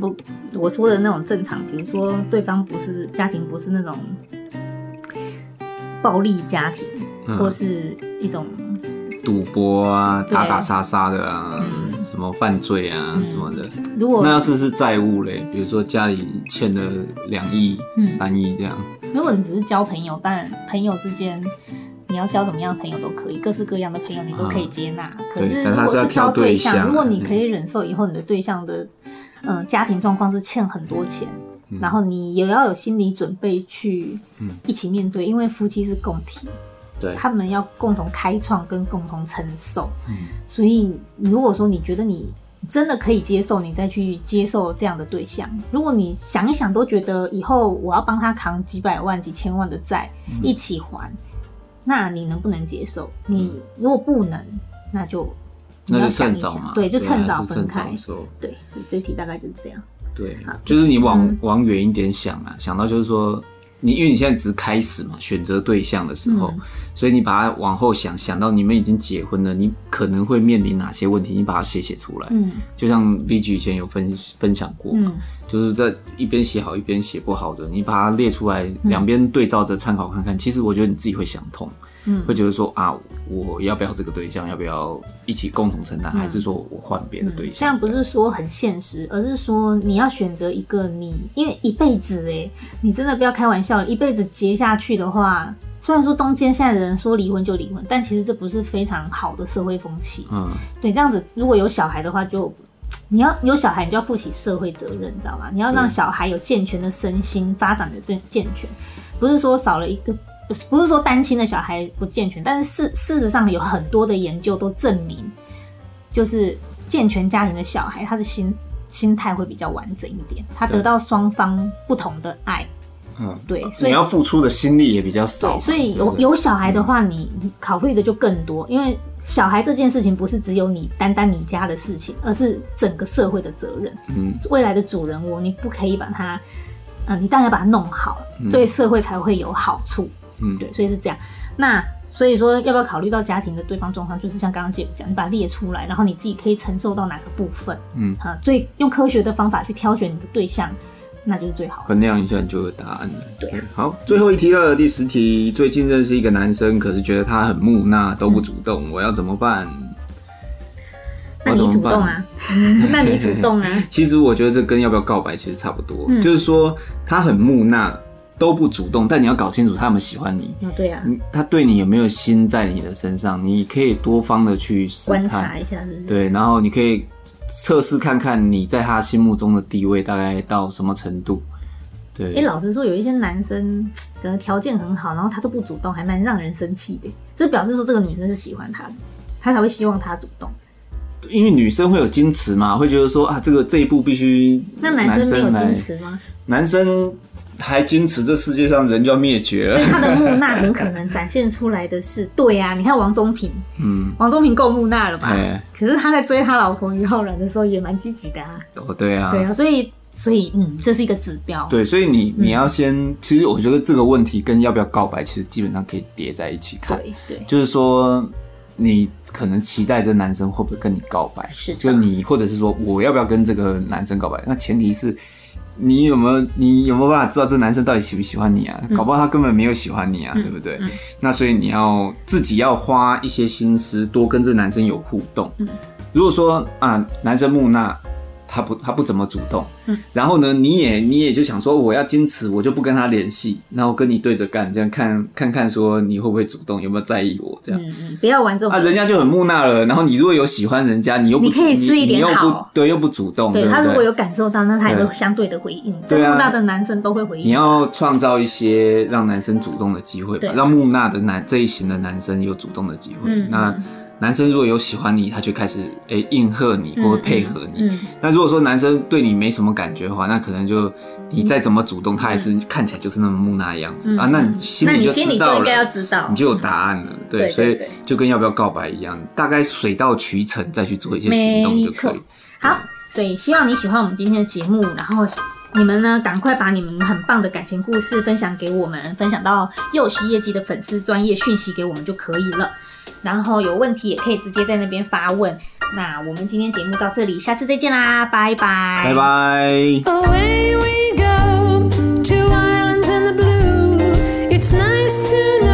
Speaker 1: 不，我说的那种正常，比如说对方不是家庭，不是那种暴力家庭，或
Speaker 2: 嗯，
Speaker 1: 是一种
Speaker 2: 赌博啊，
Speaker 1: 对
Speaker 2: 打打杀杀的啊，
Speaker 1: 嗯
Speaker 2: 什么犯罪啊、
Speaker 1: 嗯
Speaker 2: 什么的。
Speaker 1: 如果
Speaker 2: 那要是是债务嘞，比如说家里欠了两亿、
Speaker 1: 嗯
Speaker 2: 三亿这样，
Speaker 1: 如果你只是交朋友，但朋友之间你要交怎么样的朋友都可以，各式各样的朋友你都可以接纳。可
Speaker 2: 嗯对
Speaker 1: 是
Speaker 2: 但
Speaker 1: 如
Speaker 2: 他
Speaker 1: 果
Speaker 2: 是要挑
Speaker 1: 挑
Speaker 2: 对
Speaker 1: 象，
Speaker 2: 象
Speaker 1: 如果你
Speaker 2: 嗯
Speaker 1: 可以忍受以后你的对象的嗯、呃家庭状况是欠很多钱，然后你也要有心理准备去
Speaker 2: 嗯
Speaker 1: 一起面对，因为夫妻是共体，
Speaker 2: 对，
Speaker 1: 他们要共同开创跟共同承受。
Speaker 2: 嗯
Speaker 1: 所以，如果说你觉得你真的可以接受，你再去接受这样的对象。如果你想一想都觉得以后我要帮他扛几百万、几千万的债、一起还，那你能不能接受？你如果不能，那就你
Speaker 2: 那
Speaker 1: 要
Speaker 2: 就
Speaker 1: 想
Speaker 2: 趁
Speaker 1: 一
Speaker 2: 早嘛
Speaker 1: 想，，对，就趁
Speaker 2: 啊
Speaker 1: 早
Speaker 2: 是
Speaker 1: 分开
Speaker 2: 趁。早说
Speaker 1: 对，所以这题大概就是这样。
Speaker 2: 对
Speaker 1: 好，
Speaker 2: 就是你往、
Speaker 1: 嗯
Speaker 2: 往远一点想啊，想到就是说，你因为你现在只是开始嘛，选择对象的时候，
Speaker 1: 嗯
Speaker 2: 所以你把它往后想，想到你们已经结婚了，你可能会面临哪些问题，你把它写写出来。
Speaker 1: 嗯
Speaker 2: 就像 V G 以前有分分享过嘛，
Speaker 1: 嗯
Speaker 2: 就是在一边写好一边写不好的，你把它列出来，两边对照着参考看看。其实我觉得你自己会想通，
Speaker 1: 嗯
Speaker 2: 会觉得说啊，我要不要这个对象？要不要一起共同承担？还是说我换别的对
Speaker 1: 嗯这
Speaker 2: 象？
Speaker 1: 样不是说很现实，而是说你要选择一个你，因为一辈子哎、你真的不要开玩笑，一辈子结下去的话，虽然说中间现在的人说离婚就离婚，但其实这不是非常好的社会风气。
Speaker 2: 嗯，
Speaker 1: 对，这样子如果有小孩的话就。你要有小孩，你就要负起社会责任，你知道吗？你要让
Speaker 2: 对
Speaker 1: 小孩有健全的身心发展的健健全，不是说少了一个，不是说单亲的小孩不健全，但是事事实上有很多的研究都证明，就是健全家庭的小孩，他的心心态会比较完整一点，他得
Speaker 2: 对
Speaker 1: 到双方不同的爱，
Speaker 2: 嗯
Speaker 1: 对，所
Speaker 2: 你
Speaker 1: 以
Speaker 2: 要付出的心力也比较少
Speaker 1: 对，
Speaker 2: 嘛，
Speaker 1: 所以
Speaker 2: 对不
Speaker 1: 有
Speaker 2: 对
Speaker 1: 有小孩的话，你你考虑的就更多，因为小孩这件事情不是只有你单单你家的事情，而是整个社会的责任。
Speaker 2: 嗯，
Speaker 1: 未来的主人翁，你不可以把他，呃，你当然要把它弄好，对社会才会有好处。
Speaker 2: 嗯
Speaker 1: 对，所以是这样。那所以说，要不要考虑到家庭的对方状况，就是像刚刚姐夫讲，你把它列出来，然后你自己可以承受到哪个部分，
Speaker 2: 嗯
Speaker 1: 啊，最用科学的方法去挑选你的对象，那就是最好的。
Speaker 2: 衡量一下你就有答案了。
Speaker 1: 对啊
Speaker 2: 好，最后一题了，第十题。最近认识一个男生，可是觉得他很木讷，都不主动，我要怎么办？
Speaker 1: 那你
Speaker 2: 我
Speaker 1: 主
Speaker 2: 要怎么
Speaker 1: 动
Speaker 2: 办？
Speaker 1: 啊， 那你主动啊，
Speaker 2: 其实我觉得这跟要不要告白其实差不多，
Speaker 1: 嗯
Speaker 2: 就是说他很木讷，都不主动，但你要搞清楚他们喜欢你，
Speaker 1: 哦，对啊。
Speaker 2: 嗯他对你有没有心在你的身上，你可以多方的去试
Speaker 1: 观
Speaker 2: 探
Speaker 1: 察，一下，是不是？
Speaker 2: 对，然后你可以测试看看你在他心目中的地位大概到什么程度。对，
Speaker 1: 哎、老实说，有一些男生可能条件很好，然后他都不主动，还蛮让人生气的。这表示说这个女生是喜欢他的，他才会希望他主动。
Speaker 2: 因为女生会有矜持嘛，会觉得说啊，这个这一步必须
Speaker 1: 那男生没有矜持吗？
Speaker 2: 男生来，男生还矜持，这世界上人就要灭绝
Speaker 1: 所以
Speaker 2: 了。
Speaker 1: 他的木讷很可能展现出来的是，对呀、你看王宗平，
Speaker 2: 嗯，
Speaker 1: 王宗平够木讷了吧？
Speaker 2: 哎，
Speaker 1: 可是他在追他老婆于浩然的时候也蛮积极的啊。
Speaker 2: 哦，对啊，
Speaker 1: 对啊，所以所以嗯，这是一个指标。
Speaker 2: 对所以你
Speaker 1: 嗯
Speaker 2: 你要先，其实我觉得这个问题跟要不要告白，其实基本上可以叠在一起看，
Speaker 1: 对对
Speaker 2: 就是说。你可能期待这男生会不会跟你告白？
Speaker 1: 是的
Speaker 2: 就你或者是说我要不要跟这个男生告白？那前提是你有没有你有没有办法知道这男生到底喜不喜欢你啊？
Speaker 1: 嗯
Speaker 2: 搞不好他根本没有喜欢你啊，对不对？那所以你要自己要花一些心思，多跟这男生有互动。
Speaker 1: 嗯
Speaker 2: 如果说啊，男生木讷，他不他不怎么主动，
Speaker 1: 嗯
Speaker 2: 然后呢，你也你也就想说我要矜持，我就不跟他联系，然后跟你对着干，这样看看看说你会不会主动，有没有在意我这样。
Speaker 1: 嗯嗯，不要玩这种。
Speaker 2: 啊，人家就很木讷了。然后你如果有喜欢人家，你又不
Speaker 1: 你可以
Speaker 2: 主
Speaker 1: 试一点
Speaker 2: 你又不
Speaker 1: 好
Speaker 2: 对，又不主动，对
Speaker 1: 对
Speaker 2: 不
Speaker 1: 他
Speaker 2: 对
Speaker 1: 如果有感受到，那他也
Speaker 2: 对
Speaker 1: 会相对的回应。这
Speaker 2: 对啊
Speaker 1: 木讷的男生都会回
Speaker 2: 你
Speaker 1: 应。
Speaker 2: 要创造一些让男生主动的机会吧
Speaker 1: 对，
Speaker 2: 让木讷的男这一型的男生有主动的机会。
Speaker 1: 嗯
Speaker 2: 那
Speaker 1: 嗯
Speaker 2: 男生如果有喜欢你，他就开始诶、应和你
Speaker 1: 嗯
Speaker 2: 或配合你。
Speaker 1: 嗯，
Speaker 2: 那如果说男生对你没什么感觉的话，那可能就你再怎么主动，他还是看起来就是那么木讷的样子、
Speaker 1: 嗯
Speaker 2: 啊。那你心
Speaker 1: 那
Speaker 2: 里
Speaker 1: 你
Speaker 2: 就
Speaker 1: 心
Speaker 2: 知
Speaker 1: 里
Speaker 2: 道
Speaker 1: 就应该要
Speaker 2: 了，
Speaker 1: 知道
Speaker 2: 你，就有答案了。对，
Speaker 1: 对对
Speaker 2: 所以
Speaker 1: 对
Speaker 2: 就跟要不要告白一样，大概水到渠成再去做一些行动就可以
Speaker 1: 没。好，所以希望你喜欢我们今天的节目，然后你们呢，赶快把你们很棒的感情故事分享给我们，分享到右西业绩的粉丝专业讯息给我们就可以了。然后有问题也可以直接在那边发问。那我们今天节目到这里，下次再见啦，拜拜，
Speaker 2: 拜拜。
Speaker 5: Away we go to islands in the blue. It's nice to